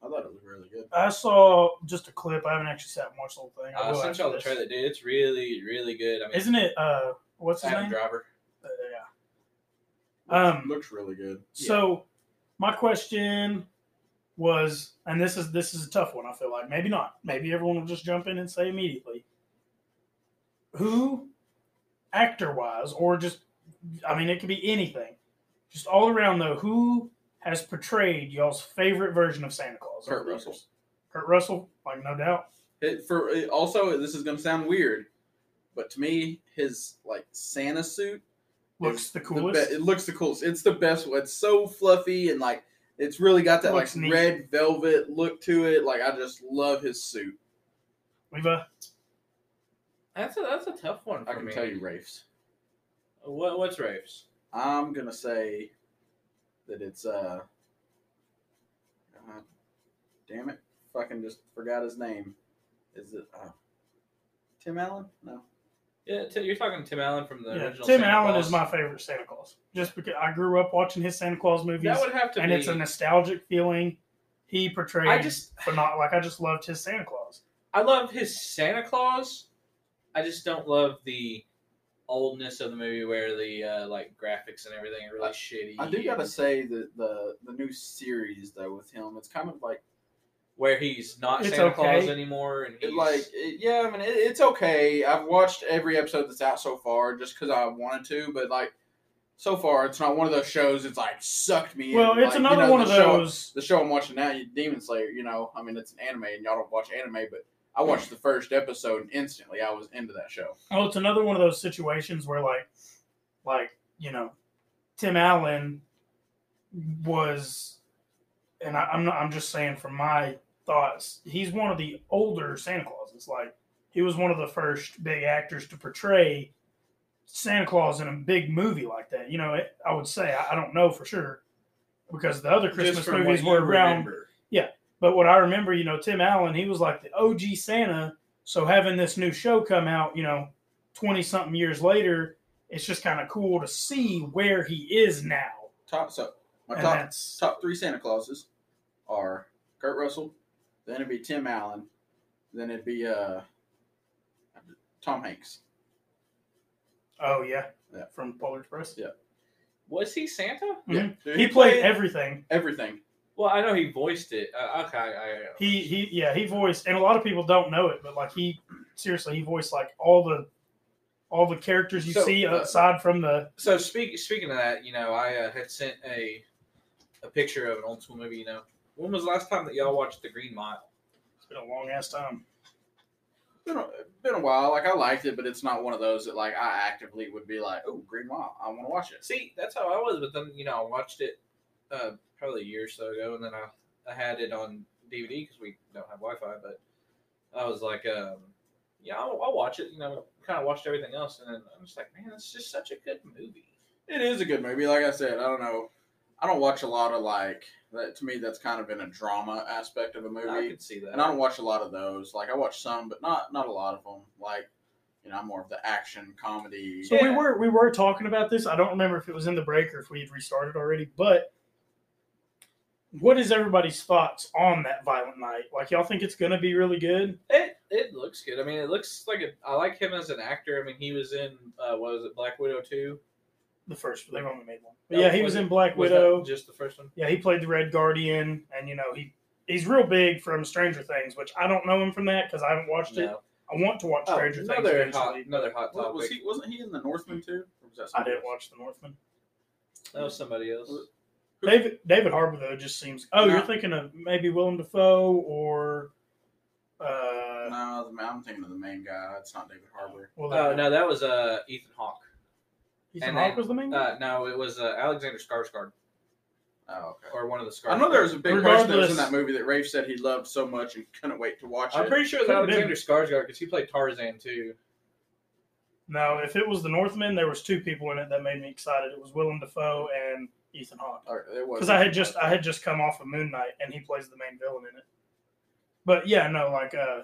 Speaker 3: I thought it was really good.
Speaker 1: I saw just a clip. I haven't actually sat and watched the whole thing. I
Speaker 2: Uh,
Speaker 1: will
Speaker 2: sent
Speaker 1: after
Speaker 2: y'all the
Speaker 1: this.
Speaker 2: trailer, dude. It's really, really good. I mean,
Speaker 1: Isn't it? Uh, what's his
Speaker 2: Adam
Speaker 1: name?
Speaker 2: Driver.
Speaker 1: Uh, yeah. Um,
Speaker 3: looks really good.
Speaker 1: So my question was, and this is this is a tough one. I feel like maybe not. Maybe everyone will just jump in and say immediately. Who, actor wise, or just, I mean, it could be anything. Just all around though, who has portrayed y'all's favorite version of Santa Claus?
Speaker 3: Kurt
Speaker 1: over the
Speaker 3: Russell.
Speaker 1: years? Kurt Russell, like no doubt.
Speaker 3: It, for it, also, this is gonna sound weird, but to me, his like Santa suit
Speaker 1: Looks
Speaker 3: is
Speaker 1: the
Speaker 3: be-
Speaker 1: coolest.
Speaker 3: it looks the coolest. It's the best one. It's so fluffy and like it's really got that like
Speaker 1: Looks neat.
Speaker 3: red velvet look to it. Like I just love his suit.
Speaker 1: Leva,
Speaker 2: That's a that's a tough one. For
Speaker 3: I can
Speaker 2: me.
Speaker 3: tell you, Rafe's.
Speaker 2: What what's Rafe's?
Speaker 3: I'm gonna say that it's uh, God, damn it, fucking just forgot his name. Is it uh, Tim Allen? No.
Speaker 2: Yeah, Tim- you're talking Tim Allen from the
Speaker 1: yeah,
Speaker 2: original.
Speaker 1: Tim
Speaker 2: Santa
Speaker 1: Allen
Speaker 2: Claus.
Speaker 1: is my favorite Santa Claus. Just because I grew up watching his Santa Claus movies.
Speaker 2: That would have to
Speaker 1: and
Speaker 2: be.
Speaker 1: it's a nostalgic feeling. He portrayed,
Speaker 2: I just
Speaker 1: but not like I just loved his Santa Claus.
Speaker 2: I love his Santa Claus. I just don't love the oldness of the movie where the uh, like graphics and everything are really shitty.
Speaker 3: I do gotta say that the the new series though with him, it's kind of like
Speaker 2: where he's not
Speaker 1: It's
Speaker 2: Santa Claus
Speaker 1: okay.
Speaker 2: anymore, and he's
Speaker 3: it, like it, yeah, I mean it, it's okay. I've watched every episode that's out so far just because I wanted to, but like so far it's not one of those shows. It's like sucked me.
Speaker 1: well,
Speaker 3: in.
Speaker 1: it's
Speaker 3: Like, you
Speaker 1: another
Speaker 3: know,
Speaker 1: one of
Speaker 3: the show-
Speaker 1: those.
Speaker 3: the show I'm watching now, Demon Slayer. You know, I mean it's an anime, and y'all don't watch anime, but I watched the first episode and instantly I was into that show.
Speaker 1: Oh, it's another one of those situations where like, like you know, Tim Allen was, and I, I'm not, I'm just saying from my thoughts, he's one of the older Santa Clauses. Like he was one of the first big actors to portray Santa Claus in a big movie like that. You know, it, I would say I, I don't know for sure because the other Christmas
Speaker 2: just from
Speaker 1: movies
Speaker 2: what
Speaker 1: were
Speaker 2: you
Speaker 1: around
Speaker 2: remember.
Speaker 1: But what I remember, you know, Tim Allen, he was like the OG Santa. So having this new show come out, you know, 20 something years later, it's just kind of cool to see where he is now.
Speaker 3: Top so my
Speaker 1: And
Speaker 3: top
Speaker 1: that's
Speaker 3: top three Santa Clauses are Kurt Russell, then it'd be Tim Allen, then it'd be uh Tom Hanks.
Speaker 1: oh yeah,
Speaker 3: Yeah.
Speaker 1: from Polar Express.
Speaker 2: Was he Santa?
Speaker 1: Mhm.
Speaker 3: Dude,
Speaker 1: He played everything.
Speaker 3: everything.
Speaker 2: Well, I know he voiced it. Uh, okay, I, I,
Speaker 1: He he yeah, he voiced and a lot of people don't know it, but like he seriously, he voiced like all the all the characters you
Speaker 2: So,
Speaker 1: see
Speaker 2: uh,
Speaker 1: aside from the
Speaker 2: So speak, speaking of that, you know, I uh, had sent a a picture of an old school movie, you know, When was the last time that y'all watched The Green Mile?
Speaker 1: It's been a long ass time.
Speaker 3: Been a, been a while. Like I liked it, but it's not one of those that like I actively would be like, "Oh, Green Mile, I want to watch it."
Speaker 2: See, that's how I was, but then you know I watched it uh, probably a year or so ago, and then I, I had it on DVD because we don't have Wi-Fi. But I was like, um, yeah, I'll, I'll watch it. You know, kind of watched everything else, and then I'm just like, man, it's just such a good movie.
Speaker 3: It is a good movie. Like I said, I don't know. I don't watch a lot of like that. To me, that's kind of in a drama aspect of a movie.
Speaker 2: I could see that.
Speaker 3: and I don't watch a lot of those. Like I watch some, but not not a lot of them. Like you know, I'm more of the action comedy.
Speaker 1: So we
Speaker 2: Yeah.
Speaker 1: were we were talking about this. I don't remember if it was in the break or if we had restarted already, but what is everybody's thoughts on that violent night? Like y'all think it's gonna be really good?
Speaker 2: It it looks good. I mean, it looks like a, I like him as an actor. I mean, he was in uh, what was it, Black Widow two?
Speaker 1: The first they've only made one. But
Speaker 2: No,
Speaker 1: yeah, he
Speaker 2: was
Speaker 1: was
Speaker 2: it-
Speaker 1: in Black
Speaker 2: Was
Speaker 1: Widow.
Speaker 2: that just the first one.
Speaker 1: Yeah, he played the Red Guardian, and you know he he's real big from Stranger Things, which I don't know him from that because I haven't watched it.
Speaker 2: No.
Speaker 1: I want to watch
Speaker 2: Oh,
Speaker 1: Stranger Things
Speaker 2: another hot,
Speaker 1: eventually.
Speaker 2: another hot
Speaker 3: Wa-
Speaker 2: topic.
Speaker 3: was he wasn't he in the Northman too? Or was that
Speaker 1: I
Speaker 3: somebody
Speaker 1: didn't
Speaker 3: else?
Speaker 1: watch The Northman.
Speaker 2: That was somebody else.
Speaker 1: David David Harbour though just seems. Oh,
Speaker 3: No.
Speaker 1: you're thinking of maybe Willem Dafoe or. Uh,
Speaker 3: No, the, ma- I'm thinking of the main guy. It's not David Harbour.
Speaker 1: well,
Speaker 2: Oh
Speaker 1: that-
Speaker 2: no, that was uh Ethan Hawke.
Speaker 1: Ethan
Speaker 2: and
Speaker 1: Hawke
Speaker 2: then,
Speaker 1: was the main. guy?
Speaker 2: Uh, no, it was uh, Alexander Skarsgård
Speaker 3: Oh, okay.
Speaker 2: or one of the Skarsgård.
Speaker 3: I know there was a big question that was
Speaker 1: Regardless-
Speaker 3: in that movie that Rafe said he loved so much and couldn't wait to watch
Speaker 2: I'm
Speaker 3: it.
Speaker 2: pretty sure it was
Speaker 1: Could've been.
Speaker 2: Alexander Skarsgård because he played Tarzan too.
Speaker 1: no, if it was The Northman, there was two people in it that made me excited. It was Willem Dafoe and Ethan Hawke.
Speaker 3: Or Oh, it was
Speaker 1: because I had just I had just come off of Moon Knight and he plays the main villain in it. But yeah, no, like uh,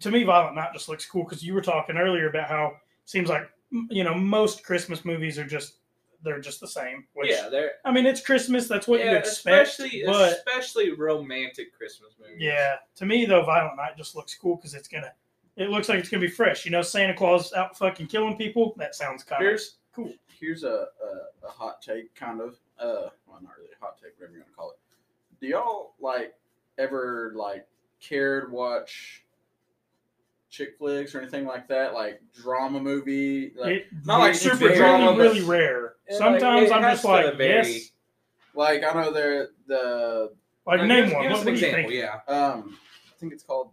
Speaker 1: to me, Violent Night just looks cool because you were talking earlier about how it seems like m- you know most Christmas movies are just they're just the same. Which
Speaker 2: yeah, there.
Speaker 1: I mean, it's Christmas, that's what you
Speaker 2: Yeah,
Speaker 1: expect.
Speaker 2: especially
Speaker 1: but
Speaker 2: especially romantic Christmas movies.
Speaker 1: yeah, to me though, Violent Night just looks cool because it's gonna it looks like it's gonna be fresh. You know, Santa Claus out fucking killing people. That sounds kind of
Speaker 2: Here's
Speaker 1: cool.
Speaker 3: here's a, a, a hot take kind of uh well not really a hot take whatever you want to call it do y'all like ever like cared watch chick flicks or anything like that like drama movie like
Speaker 1: It-
Speaker 3: not like
Speaker 1: it's
Speaker 3: super
Speaker 1: really,
Speaker 3: drama, but-
Speaker 1: really rare.
Speaker 2: Yeah, like,
Speaker 1: Sometimes
Speaker 2: it
Speaker 1: I'm
Speaker 2: has
Speaker 1: just
Speaker 2: to
Speaker 1: like,
Speaker 2: vary.
Speaker 1: yes,
Speaker 3: like i know they're the
Speaker 1: like
Speaker 2: Now,
Speaker 1: name
Speaker 2: give us-
Speaker 1: one.
Speaker 2: Give us
Speaker 1: What-
Speaker 2: an
Speaker 1: what do you
Speaker 2: example.
Speaker 1: think?
Speaker 2: Yeah.
Speaker 3: um i think it's called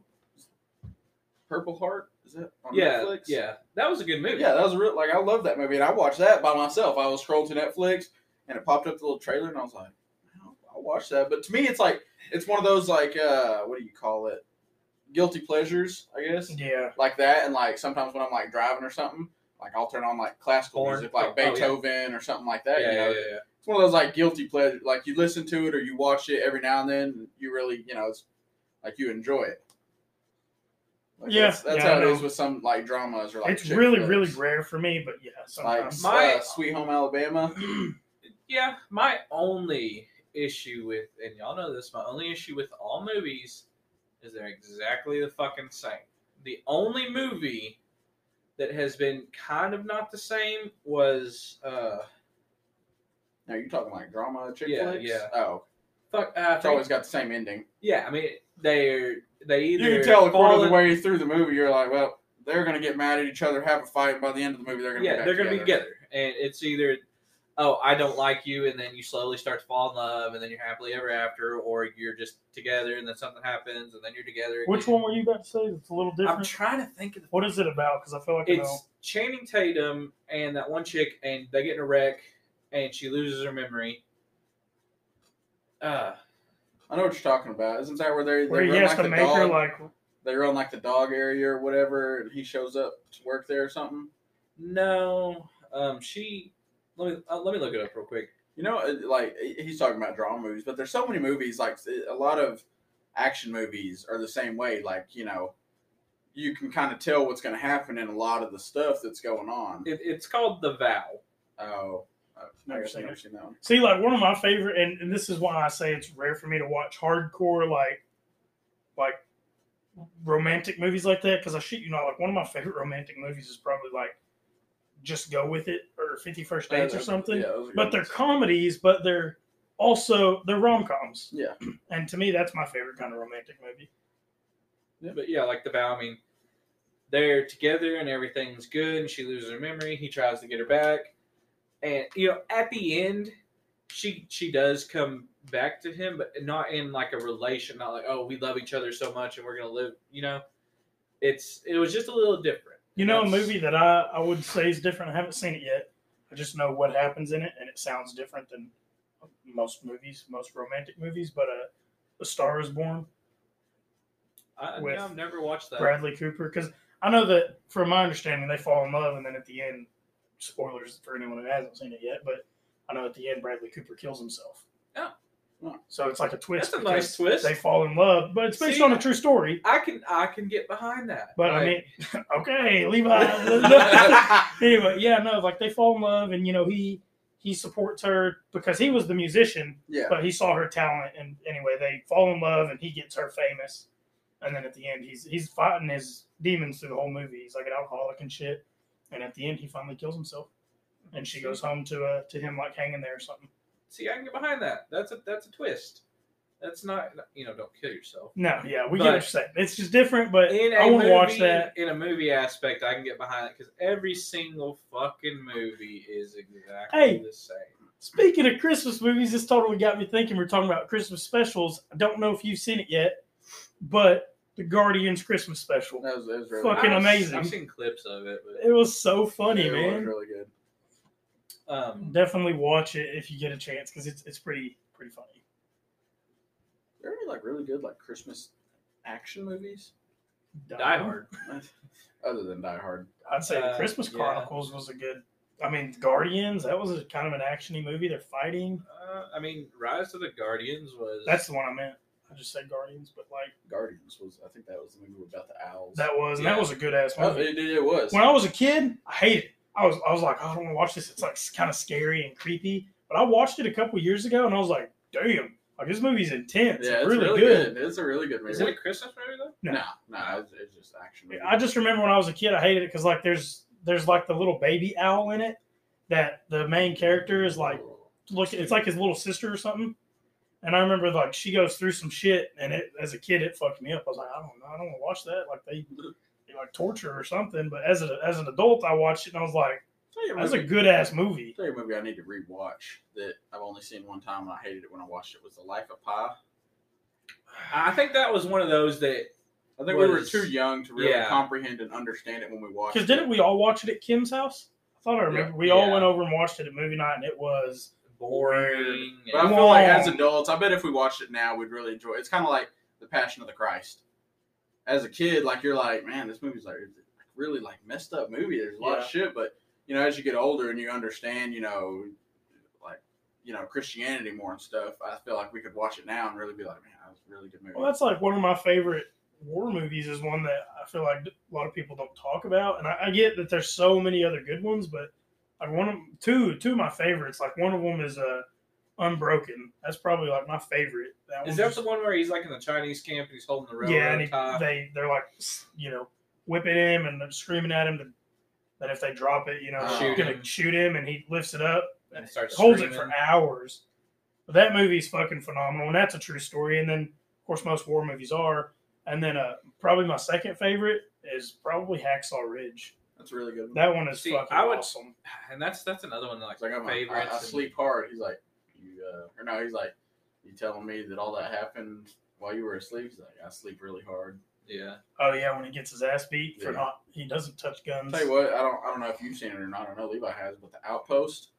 Speaker 3: purple heart is it on
Speaker 2: Yeah.
Speaker 3: netflix
Speaker 2: Yeah. That was a good movie.
Speaker 3: yeah that was real like i love that movie and i watched that by myself i was scrolling to netflix and it popped up the little trailer and i was like i watched that but to me it's like it's one of those like uh what do you call it guilty pleasures i guess
Speaker 1: Yeah.
Speaker 3: like that and like sometimes when i'm like driving or something like i'll turn on like classical
Speaker 2: Porn.
Speaker 3: music like
Speaker 2: Oh, oh, yeah.
Speaker 3: beethoven or something like
Speaker 2: Yeah.
Speaker 3: that
Speaker 2: Yeah.
Speaker 3: you know
Speaker 2: yeah, yeah.
Speaker 3: it's one of those like guilty pleasure like you listen to it or you watch it every now and then and you really you know it's like you enjoy it like,
Speaker 1: Yeah,
Speaker 3: that's, that's
Speaker 1: yeah, I
Speaker 3: how it
Speaker 1: know.
Speaker 3: is with some like dramas or like
Speaker 1: it's
Speaker 3: chick
Speaker 1: really,
Speaker 3: flicks
Speaker 1: really rare for me, but yeah,
Speaker 3: like
Speaker 1: sometimes.
Speaker 2: My-
Speaker 3: uh, Sweet Home Alabama.
Speaker 2: Yeah, my only issue with, and y'all know this, my only issue with all movies is they're exactly the fucking same. The only movie that has been kind of not the same was, uh,
Speaker 3: Now you're talking like drama chick
Speaker 2: Yeah,
Speaker 3: flicks.
Speaker 2: yeah.
Speaker 3: Oh,
Speaker 2: fuck, uh,
Speaker 3: it's always got the same ending.
Speaker 2: yeah, I mean, they're, they either.
Speaker 3: You can tell a quarter of the
Speaker 2: fallen-
Speaker 3: way through the movie, you're like, well, they're gonna get mad at each other, have a fight, and by the end of the movie, they're gonna
Speaker 2: yeah,
Speaker 3: be back
Speaker 2: they're gonna be
Speaker 3: together.
Speaker 2: together, and it's either oh I don't like you, and then you slowly start to fall in love, and then you're happily ever after, or you're just together, and then something happens, and then you're together.
Speaker 1: Which
Speaker 2: again.
Speaker 1: one were you about to say that's a little
Speaker 2: I'm
Speaker 1: different?
Speaker 2: trying to think of the.
Speaker 1: what is it about? Because I feel like I know.
Speaker 2: It's Channing Tatum and that one chick, and they get in a wreck, and she loses her memory. Uh,
Speaker 3: I know what you're talking about. Isn't that where they
Speaker 1: Where
Speaker 3: they
Speaker 1: he
Speaker 3: run
Speaker 1: has
Speaker 3: like
Speaker 1: to
Speaker 3: the
Speaker 1: make her
Speaker 3: dog?
Speaker 1: like,
Speaker 3: they run like the dog area or whatever, and he shows up to work there or something.
Speaker 2: no, um, she. Let me uh, let me look it up real quick.
Speaker 3: You know, it- like he- he's talking about drama movies, but there's so many movies. Like a lot of action movies are the same way. Like you know, you can kind of tell what's going to happen in a lot of the stuff that's going on.
Speaker 2: It, it's called The Vow.
Speaker 3: Oh, I
Speaker 1: Never
Speaker 3: guess
Speaker 1: seen
Speaker 3: I've never
Speaker 1: it.
Speaker 3: seen that one.
Speaker 1: see, like one of my favorite, and, and this is why I say it's rare for me to watch hardcore, like, like romantic movies like that. Because I shit you not, like one of my favorite romantic movies is probably like Just Go With It or Fifty First Dates or something.
Speaker 3: Uh, Yeah, those are
Speaker 1: but
Speaker 3: good
Speaker 1: they're
Speaker 3: ones.
Speaker 1: comedies, but they're also they're rom coms.
Speaker 3: Yeah.
Speaker 1: and to me, that's my favorite kind of romantic movie.
Speaker 2: But yeah, like The Vow. I mean, they're together and everything's good, and she loses her memory. He tries to get her back, and you know, at the end, she she does come back to him, but not in like a relation, not like oh we love each other so much and we're gonna live. You know, it's it was just a little different.
Speaker 1: You know, a
Speaker 2: That's-
Speaker 1: movie that I, I would say is different. I haven't seen it yet. I just know what happens in it, and it sounds different than most movies, most romantic movies. But uh, A Star Is Born,
Speaker 2: I,
Speaker 1: With
Speaker 2: I've never watched that.
Speaker 1: Bradley Cooper, because I know that from my understanding they fall in love, and then at the end, spoilers for anyone who hasn't seen it yet, but I know at the end Bradley Cooper kills himself.
Speaker 2: Oh.
Speaker 3: Oh.
Speaker 1: So it's like a twist.
Speaker 2: That's a
Speaker 1: because
Speaker 2: nice twist.
Speaker 1: They fall in love, but it's based
Speaker 2: See?
Speaker 1: on a true story.
Speaker 2: I can I can get behind that.
Speaker 1: But I
Speaker 2: Like,
Speaker 1: mean, okay, Levi.
Speaker 3: yeah,
Speaker 1: anyway, yeah, no, like they fall in love, and you know he he supports her because he was the musician, but he saw her talent, and anyway, they fall in love, and he gets her famous, and then at the end, he's he's fighting his demons through the whole movie. He's like an alcoholic and shit, and at the end, he finally kills himself, and she goes home to uh to him like hanging there or something.
Speaker 2: see, I can get behind that. That's a that's a twist. That's not you know don't kill yourself.
Speaker 1: No, yeah, we
Speaker 2: But-
Speaker 1: get what you're saying. It's just different, but
Speaker 2: In a
Speaker 1: I want
Speaker 2: movie,
Speaker 1: to watch that.
Speaker 2: in a movie aspect. I can get behind it because every single fucking movie is exactly
Speaker 1: Hey.
Speaker 2: the same.
Speaker 1: Speaking of Christmas movies, this totally got me thinking. We're talking about Christmas specials. I don't know if you've seen it yet, but the Guardians Christmas special.
Speaker 3: That was, that was really
Speaker 1: Fucking
Speaker 2: I've-
Speaker 1: amazing.
Speaker 2: I've seen clips of it, but
Speaker 1: It was so funny,
Speaker 3: it was
Speaker 1: man.
Speaker 3: really good.
Speaker 2: um,
Speaker 1: Definitely watch it if you get a chance because it's it's pretty pretty funny.
Speaker 3: There were like really good like Christmas action movies.
Speaker 2: Die Hard.
Speaker 3: Other than Die Hard,
Speaker 1: I'd say the
Speaker 2: Uh,
Speaker 1: Christmas
Speaker 2: yeah.
Speaker 1: Chronicles was a good. I mean, Guardians. That was a, kind of an actiony movie. They're fighting.
Speaker 2: Uh, I mean, Rise of the Guardians was
Speaker 1: That's the one I meant. I just said Guardians, but like
Speaker 3: Guardians was I think that was the movie about the owls.
Speaker 1: that was and
Speaker 2: Yeah.
Speaker 1: that was a good ass
Speaker 3: oh,
Speaker 1: movie.
Speaker 3: it, it, it was.
Speaker 1: When I was a kid, I hated it. I was I was like, "Oh, I don't want to watch this. It's like kind of scary and creepy. But I watched it a couple years ago, and I was like, damn, like this movie's intense.
Speaker 3: yeah, it's
Speaker 1: really, good.
Speaker 3: It's a really good movie.
Speaker 2: Is it a Christmas movie though?
Speaker 3: no, no, it's, it's just action. Movie.
Speaker 1: I just remember when I was a kid, I hated it because like there's there's like the little baby owl in it that the main character is like look it's like his little sister or something. And I remember like she goes through some shit, and it as a kid it fucked me up. I was like, I don't know, I don't want to watch that. Like they, they like torture or something. But as a, as an adult, I watched it and I was like,
Speaker 3: Tell you a
Speaker 1: that's a
Speaker 3: movie-
Speaker 1: good ass movie.
Speaker 3: tell you a movie I need to rewatch that I've only seen one time and I hated it when I watched it was The Life of Pi.
Speaker 2: I think that was one of those that
Speaker 3: I think we were
Speaker 2: Was-
Speaker 3: too young to really
Speaker 2: yeah.
Speaker 3: comprehend and understand it when we watched.
Speaker 1: Because didn't we all watch it at Kim's house? I thought I remember. We all
Speaker 2: Yeah.
Speaker 1: went over and watched it at movie night, and it was
Speaker 2: boring.
Speaker 3: But I
Speaker 2: and-
Speaker 3: feel like
Speaker 1: Wrong.
Speaker 3: as adults, I bet if we watched it now, we'd really enjoy. it. It's kind of like the Passion of the Christ. As a kid, like you're like, man, this movie's like it's a really like messed up movie. There's a lot of shit, but you know, as you get older and you understand, you know, like you know Christianity more and stuff, I feel like we could watch it now and really be like, man, that was a really good movie.
Speaker 1: well, that's like one of my favorite war movies. Is one that I feel like a lot of people don't talk about, and I, I get that there's so many other good ones, but like one of two two of my favorites. Like one of them is uh, Unbroken. That's probably like my favorite. That
Speaker 2: Is
Speaker 1: one's
Speaker 2: that
Speaker 1: just-
Speaker 2: the one where he's like in the Chinese camp and he's holding the railroad
Speaker 1: yeah, and he,
Speaker 2: tie?
Speaker 1: they they're like you know whipping him and they're screaming at him to, that if they drop it, you know,
Speaker 3: Oh.
Speaker 1: they're
Speaker 2: Uh-huh. Shoot
Speaker 1: gonna
Speaker 2: him.
Speaker 1: shoot him, and he lifts it up
Speaker 2: and starts
Speaker 1: holds it for
Speaker 2: screaming.
Speaker 1: hours. But that movie's fucking phenomenal, and that's a true story. And then, of course, most war movies are. And then, uh, probably my second favorite is probably Hacksaw Ridge.
Speaker 3: that's a really good. One.
Speaker 1: That one is
Speaker 2: See,
Speaker 1: fucking
Speaker 2: I would-
Speaker 1: awesome.
Speaker 2: And that's that's another one like
Speaker 3: It's like I'm a, I,
Speaker 2: favorites.
Speaker 3: I
Speaker 2: and-
Speaker 3: sleep hard. He's like, you uh, or no, he's like, you telling me that all that happened while you were asleep? He's like, I sleep really hard.
Speaker 2: Yeah.
Speaker 1: Oh yeah, when he gets his ass beat for
Speaker 3: Yeah.
Speaker 1: not he doesn't touch guns.
Speaker 3: Tell you what, I don't I don't know if you've seen it or not. I know Levi has, but The Outpost,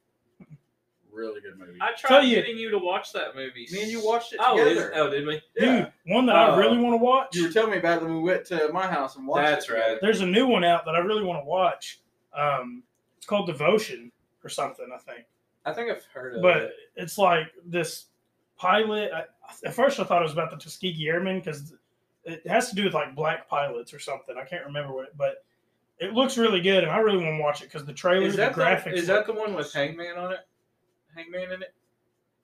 Speaker 3: really good movie.
Speaker 2: I tried
Speaker 1: Tell you-
Speaker 2: getting you to watch that movie.
Speaker 3: Me and you watched it
Speaker 2: Oh, is-
Speaker 3: together.
Speaker 2: oh, did we?
Speaker 1: Dude,
Speaker 3: yeah.
Speaker 1: one that I
Speaker 2: Uh,
Speaker 1: really want to watch.
Speaker 3: You were telling me about it when we went to my house and watched
Speaker 2: That's
Speaker 3: it. together.
Speaker 2: right.
Speaker 1: There's a new one out that I really want to watch. Um, it's called Devotion or something, I think.
Speaker 2: I think I've heard of
Speaker 1: but
Speaker 2: it.
Speaker 1: it's like this pilot. I, at first, I thought it was about the Tuskegee Airmen because it has to do with like black pilots or something. I can't remember what, it, but it looks really good, and I really want to watch it because the trailer,
Speaker 2: Is that
Speaker 1: the graphics.
Speaker 2: the, is that the one with Hangman on it? Hangman in it?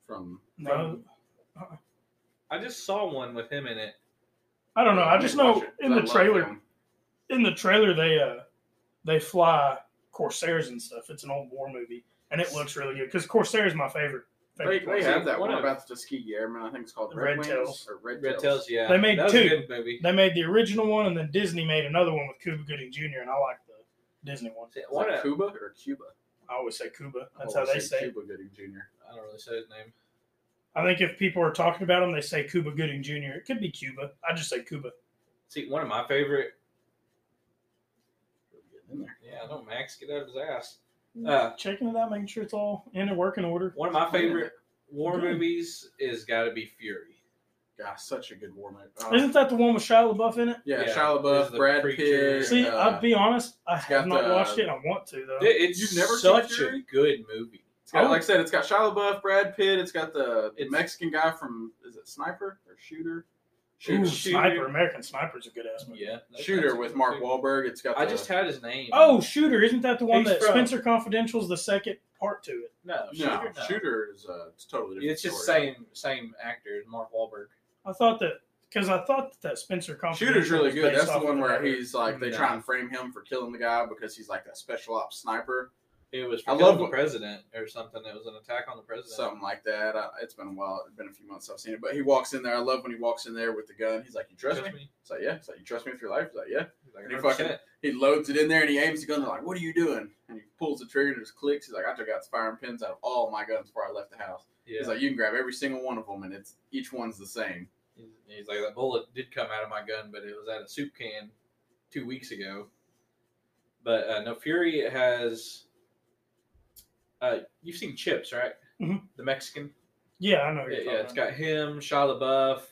Speaker 3: From
Speaker 1: no,
Speaker 2: I just saw one with him in it.
Speaker 1: I don't know. I just know
Speaker 3: Watch it, 'cause
Speaker 1: in
Speaker 3: I
Speaker 1: the
Speaker 3: love
Speaker 1: trailer,
Speaker 3: him.
Speaker 1: in the trailer they uh they fly corsairs and stuff. It's an old war movie, and it looks really good because Corsair is my favorite.
Speaker 3: They,
Speaker 1: favorite
Speaker 3: they
Speaker 1: one.
Speaker 3: have that
Speaker 2: One
Speaker 3: one
Speaker 2: of-
Speaker 3: about the Tuskegee Airmen. I think it's called
Speaker 1: Red
Speaker 3: Red, Wings
Speaker 1: Tails.
Speaker 3: or Red,
Speaker 2: Red
Speaker 3: Tails.
Speaker 2: Tails, yeah.
Speaker 1: They made
Speaker 2: that was
Speaker 1: two.
Speaker 2: a good movie.
Speaker 1: they made the original one, and then Disney made another one with Cuba Gooding Jr. and I like the Disney one.
Speaker 2: See,
Speaker 3: Is
Speaker 2: What
Speaker 3: that
Speaker 2: a,
Speaker 3: Cuba or Cuba?
Speaker 1: I always say Cuba. That's
Speaker 3: I've
Speaker 1: how they
Speaker 3: always
Speaker 1: say.
Speaker 3: said
Speaker 1: it.
Speaker 3: Cuba Gooding Jr.
Speaker 2: I don't really say his name.
Speaker 1: I think if people are talking about him, they say Cuba Gooding Jr. It could be Cuba. I just say Cuba.
Speaker 2: See, one of my favorite.
Speaker 3: Really getting in there.
Speaker 2: Yeah, I know Max get out of his ass. Uh,
Speaker 1: Checking it out, making sure it's all in a working order.
Speaker 2: one of my favorite war
Speaker 1: Good.
Speaker 2: movies is got to be Fury.
Speaker 3: God, such a good war movie.
Speaker 1: Isn't that the one with Shia LaBeouf in it?
Speaker 3: yeah,
Speaker 2: Yeah,
Speaker 3: Shia LaBeouf,
Speaker 2: he's the
Speaker 3: Brad
Speaker 2: preacher.
Speaker 3: Pitt.
Speaker 1: See,
Speaker 3: uh,
Speaker 1: I'll be honest, I
Speaker 3: it's got
Speaker 1: have not
Speaker 3: the- uh,
Speaker 1: watched it. and I want to though.
Speaker 2: It- It's
Speaker 3: You've never seen
Speaker 2: such a
Speaker 3: Fury?
Speaker 2: good movie.
Speaker 3: It's got,
Speaker 1: Oh.
Speaker 3: like I said, it's got Shia LaBeouf, Brad Pitt. It's got the
Speaker 2: It's-
Speaker 3: Mexican guy from is it Sniper or Shooter?
Speaker 1: Ooh,
Speaker 2: Shooter.
Speaker 1: Sniper, American Sniper's a good ass movie.
Speaker 2: Yeah, that-
Speaker 3: Shooter
Speaker 2: that's
Speaker 3: with
Speaker 2: good
Speaker 3: Mark
Speaker 2: too.
Speaker 3: Wahlberg. It's got. The,
Speaker 2: I just had his name.
Speaker 1: Oh, Shooter, isn't that the one
Speaker 2: He's
Speaker 1: that
Speaker 2: from-
Speaker 1: Spencer Confidential's the second part to it?
Speaker 2: no, Shooter.
Speaker 3: no,
Speaker 2: no.
Speaker 3: Shooter is uh, it's totally different.
Speaker 2: It's just
Speaker 3: story.
Speaker 2: same same actor, Mark Wahlberg.
Speaker 1: I thought that because I thought that, that Spencer Confidential
Speaker 3: Shooter's really
Speaker 1: was
Speaker 3: good.
Speaker 1: based
Speaker 3: That's the
Speaker 1: off
Speaker 3: one
Speaker 1: of
Speaker 3: where
Speaker 1: that.
Speaker 3: he's like they
Speaker 2: No.
Speaker 3: try and frame him for killing the guy because he's like a special ops sniper,
Speaker 2: It was
Speaker 3: I
Speaker 2: I love
Speaker 3: love
Speaker 2: the
Speaker 3: what-
Speaker 2: president or something. It was an attack on the president.
Speaker 3: something like that. I, it's been a while. It's been a few months I've seen it, but he walks in there. I love when he walks in there with the gun. He's like, "You trust me?" It's like, "Yeah." It's like, "You trust me with your life?" He's like, "Yeah."
Speaker 2: He's like,
Speaker 3: And he
Speaker 2: 100%.
Speaker 3: He loads it in there and he aims the gun. They're like, "What are you doing?" And he pulls the trigger and just clicks. He's like, "I took out firing pins out of all my guns before I left the house."
Speaker 2: yeah.
Speaker 3: He's like, "You can grab every single one of them, and it's each one's the same."
Speaker 2: He's- he's like, that bullet did come out of my gun, but it was out of soup can two weeks ago. But uh, no, Fury has. Uh, you've seen Chips, right?
Speaker 1: Mhm.
Speaker 2: The Mexican.
Speaker 1: Yeah, I know. who
Speaker 2: Yeah,
Speaker 1: You're
Speaker 2: yeah, it's
Speaker 1: talking
Speaker 2: got him, Shia LaBeouf,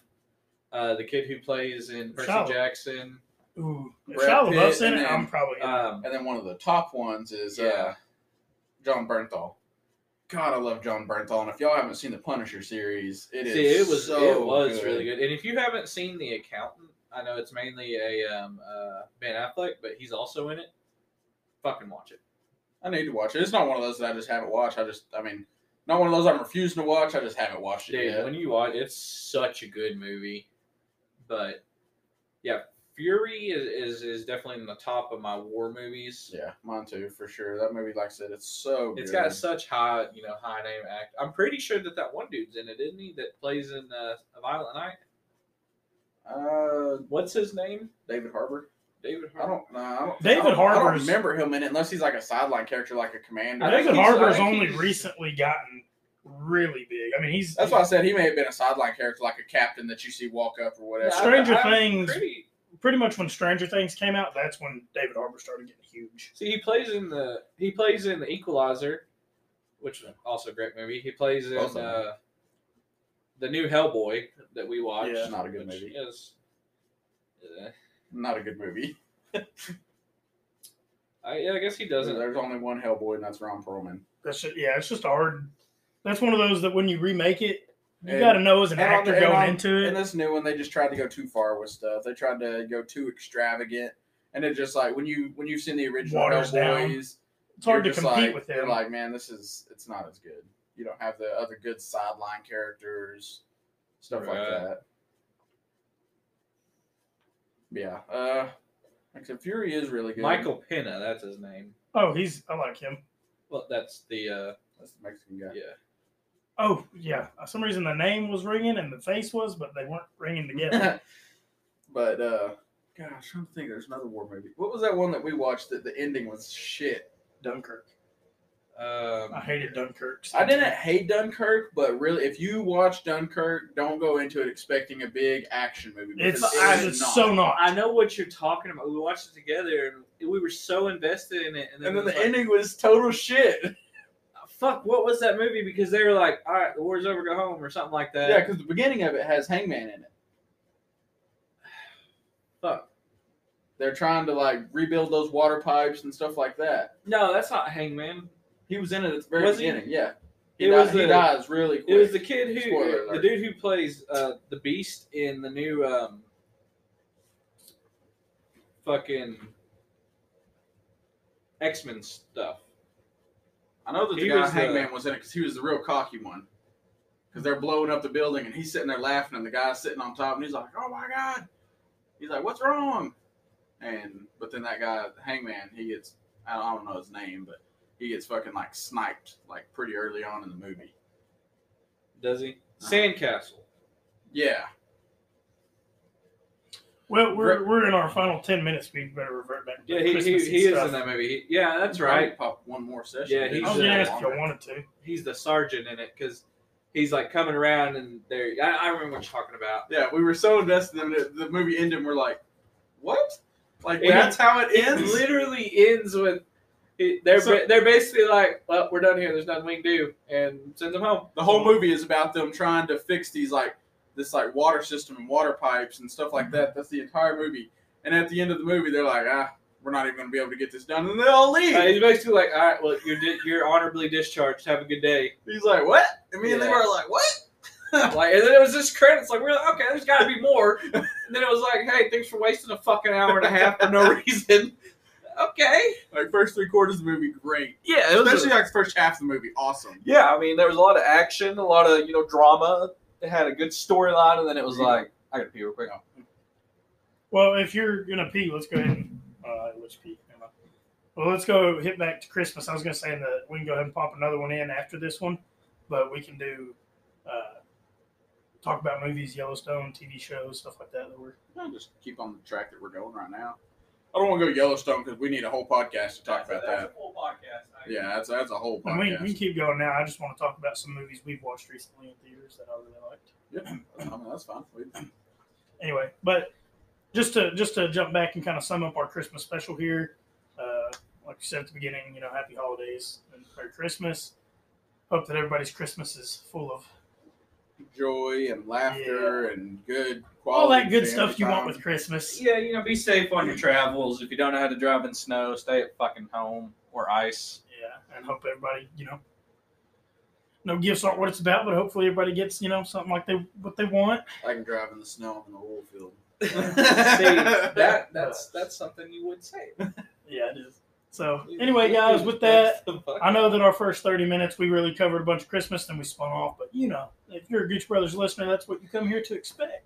Speaker 2: uh, the kid who plays in Percy
Speaker 1: Shia-
Speaker 2: Jackson.
Speaker 1: about. Ooh, if
Speaker 3: Brad
Speaker 1: Shia
Speaker 3: Pitt
Speaker 1: LaBeouf's in
Speaker 3: and
Speaker 1: it.
Speaker 3: then-
Speaker 1: I'm probably.
Speaker 2: Um,
Speaker 3: And then one of the top ones is uh,
Speaker 2: Yeah.
Speaker 3: John Bernthal. God, I love John Bernthal. And if y'all haven't seen the Punisher series, it is
Speaker 2: See, it was
Speaker 3: so
Speaker 2: it was
Speaker 3: good.
Speaker 2: really good. And if you haven't seen The Accountant, I know it's mainly a um, uh, Ben Affleck, but he's also in it. Fucking watch it.
Speaker 3: I need to watch it. It's not one of those that I just haven't watched. I just, I mean, not one of those I'm refusing to watch. I just haven't watched it
Speaker 2: Dude,
Speaker 3: yet.
Speaker 2: when you watch it's such a good movie. But yeah, Fury is, is is definitely in the top of my war movies.
Speaker 3: yeah, mine too for sure. That movie, like I said, it's so good.
Speaker 2: It's got such high, you know, high name act. I'm pretty sure that that one dude's in it, isn't he? That plays in uh, A Violent Night.
Speaker 3: uh,
Speaker 2: What's his name?
Speaker 3: David Harbour.
Speaker 2: David.
Speaker 3: I don't know. I don't,
Speaker 1: David
Speaker 3: I don't, I don't
Speaker 1: Harbour's-
Speaker 3: remember him in it unless he's like a sideline character, like a commander.
Speaker 2: I think
Speaker 1: David
Speaker 2: he's-
Speaker 1: Harbour's
Speaker 2: I think
Speaker 1: only
Speaker 2: he's-
Speaker 1: recently gotten really big. I mean, he's
Speaker 3: That's why I said he may have been a sideline character, like a captain that you see walk up or whatever.
Speaker 2: Yeah, I-
Speaker 1: Stranger
Speaker 2: I'm
Speaker 1: Things.
Speaker 2: pretty-
Speaker 1: pretty much when Stranger Things came out. That's when David Harbour started getting huge.
Speaker 2: See, he plays in the he plays in the Equalizer, which is also a great movie. He plays in
Speaker 3: Both of them.
Speaker 2: uh, the new Hellboy that we watched.
Speaker 1: Yeah.
Speaker 3: Not a good
Speaker 2: which
Speaker 3: movie.
Speaker 2: Is, uh,
Speaker 3: Not a good movie.
Speaker 2: I, yeah, I guess he doesn't.
Speaker 3: There's only one Hellboy, and that's Ron Perlman.
Speaker 1: That's just, yeah, it's just a hard. That's one of those that when you remake it, you
Speaker 3: And-
Speaker 1: got to know as an
Speaker 3: and on
Speaker 1: actor
Speaker 3: the- and
Speaker 1: going
Speaker 3: on-
Speaker 1: into
Speaker 3: And
Speaker 1: it.
Speaker 3: this new one, they just tried to go too far with stuff. They tried to go too extravagant, and it just like when you when you've seen the original
Speaker 1: Waters down.
Speaker 3: Hellboys,
Speaker 1: It's hard to
Speaker 3: you're just
Speaker 1: compete
Speaker 3: like,
Speaker 1: with
Speaker 3: You're
Speaker 1: them.
Speaker 3: like, man, this is it's not as good. You don't have the other good sideline characters, stuff like
Speaker 2: Right.
Speaker 3: that. Yeah, uh, like I said, Fury is really good.
Speaker 2: Michael Pena, that's his name.
Speaker 1: oh, he's I like him.
Speaker 2: Well, that's the uh,
Speaker 3: that's the Mexican guy.
Speaker 2: yeah.
Speaker 1: Oh yeah, for some reason the name was ringing and the face was, but they weren't ringing together.
Speaker 3: but uh gosh, I'm trying to think there's another war movie. What was that one that we watched that the ending was shit?
Speaker 1: Dunkirk.
Speaker 2: Um,
Speaker 1: I hated Dunkirk.
Speaker 3: I didn't hate Dunkirk, but really if you watch Dunkirk, don't go into it expecting a big action movie.
Speaker 1: It's
Speaker 3: because
Speaker 1: I,
Speaker 3: it
Speaker 1: it's
Speaker 3: is not.
Speaker 1: so not.
Speaker 2: I know what you're talking about. We watched it together, and we were so invested in it. And then,
Speaker 3: And
Speaker 2: it was
Speaker 3: then the
Speaker 2: like, "Ah,
Speaker 3: ending was total shit.
Speaker 2: fuck, what was that movie? Because they were like, all right, the war's over, go home, or something like that.
Speaker 3: Yeah, because the beginning of it has Hangman in it.
Speaker 2: Fuck.
Speaker 3: They're trying to like rebuild those water pipes and stuff like that.
Speaker 2: No, that's not Hangman.
Speaker 3: He was in it at the very
Speaker 2: Was he?
Speaker 3: beginning. Yeah, he,
Speaker 2: It
Speaker 3: di-
Speaker 2: was
Speaker 3: he
Speaker 2: the-
Speaker 3: dies really
Speaker 2: It
Speaker 3: quick.
Speaker 2: was the kid who, uh,
Speaker 3: Spoiler alert.
Speaker 2: the dude who plays uh, the Beast in the new um, fucking X Men stuff.
Speaker 3: I know that the
Speaker 2: He
Speaker 3: guy
Speaker 2: was the-
Speaker 3: Hangman was in it because he was the real cocky one. Because they're blowing up the building and he's sitting there laughing, and the guy's sitting on top, and he's like, "Oh my god!" He's like, "What's wrong?" And but then that guy Hangman, he gets I don't, I don't know his name, but he gets fucking like sniped like pretty early on in the movie.
Speaker 1: Uh-huh.
Speaker 2: Does he? Sandcastle.
Speaker 3: Yeah,
Speaker 1: Well, we're we're in our final ten minutes. We better revert back. to
Speaker 2: Yeah, he, he,
Speaker 1: Christmas and
Speaker 2: he is
Speaker 1: stuff. Uh-huh.
Speaker 2: in that movie. He, yeah, that's right.
Speaker 3: Pop one more session.
Speaker 2: Yeah,
Speaker 3: dude.
Speaker 2: he's
Speaker 1: Oh,
Speaker 2: a-
Speaker 1: yeah, if you wanted to.
Speaker 2: He's the sergeant in it because he's like coming around and there. I, I remember what you're talking about.
Speaker 3: Yeah, we were so invested in it. The movie ended, and we're like, "What? Like
Speaker 2: Yeah.
Speaker 3: that's how it
Speaker 2: It
Speaker 3: ends?"
Speaker 2: literally ends with it, they're
Speaker 3: So-
Speaker 2: they're basically like, well, we're done here. There's nothing we can do, and send them home.
Speaker 3: The whole movie is about them trying to fix these like this like water system and water pipes and stuff like that. That's the entire movie. And at the end of the movie, they're like, "Ah, we're not even going to be able to get this done," and they all leave.
Speaker 2: Uh, he's basically like, all right, well, you're di- you're honorably discharged. Have a good day.
Speaker 3: He's like, "What?" And me and
Speaker 2: Yeah.
Speaker 3: Levi are like, "What?"
Speaker 2: Like, and then it was just credits. Like, we we're like, okay, there's got to be more. And then it was like, hey, thanks for wasting a fucking hour and a half for no reason. Okay.
Speaker 3: Like first three quarters of the movie, great.
Speaker 2: Yeah, it was.
Speaker 3: Especially like first half of the movie, awesome.
Speaker 2: yeah, I mean, there was a lot of action, a lot of you know drama. It had a good storyline, and then it was like, I gotta pee real quick.
Speaker 1: Well, if you're gonna pee, let's go ahead and uh, let's pee. Never mind. Well, let's go hit back to Christmas. I was gonna say that we can go ahead and pop another one in after this one, but we can do uh, talk about movies, Yellowstone, TV shows, stuff like that. That we're
Speaker 3: I'll just keep on the track that we're going right now. I don't want to go Yellowstone because we need a whole podcast to talk about that. Yeah, that's that's a whole
Speaker 1: and we, we can
Speaker 3: podcast.
Speaker 1: keep going now. I just want to talk about some movies we've watched recently in theaters that I really liked.
Speaker 3: I mean, that's fine. We-
Speaker 1: anyway, but just to just to jump back and kind of sum up our Christmas special here, uh, like we said at the beginning, you know, happy holidays and Merry Christmas. Hope that everybody's Christmas is full of
Speaker 3: Joy and laughter and good quality.
Speaker 1: all that good
Speaker 3: family
Speaker 1: stuff you
Speaker 3: time.
Speaker 1: want with Christmas.
Speaker 2: Yeah, you know, be safe on your travels. If you don't know how to drive in snow, stay at fucking home or ice.
Speaker 1: Yeah, and hope everybody, you know, no gifts aren't what it's about, but hopefully everybody gets you know something like they what they want.
Speaker 3: I can drive in the snow in the oil field.
Speaker 2: See, that that's that's something you would say.
Speaker 1: Yeah, it is. So anyway, guys, with that. I know that our first 30 minutes we really covered a bunch of Christmas, then we spun off, but you know, if you're a Gooch Brothers listener, that's what you come here to expect.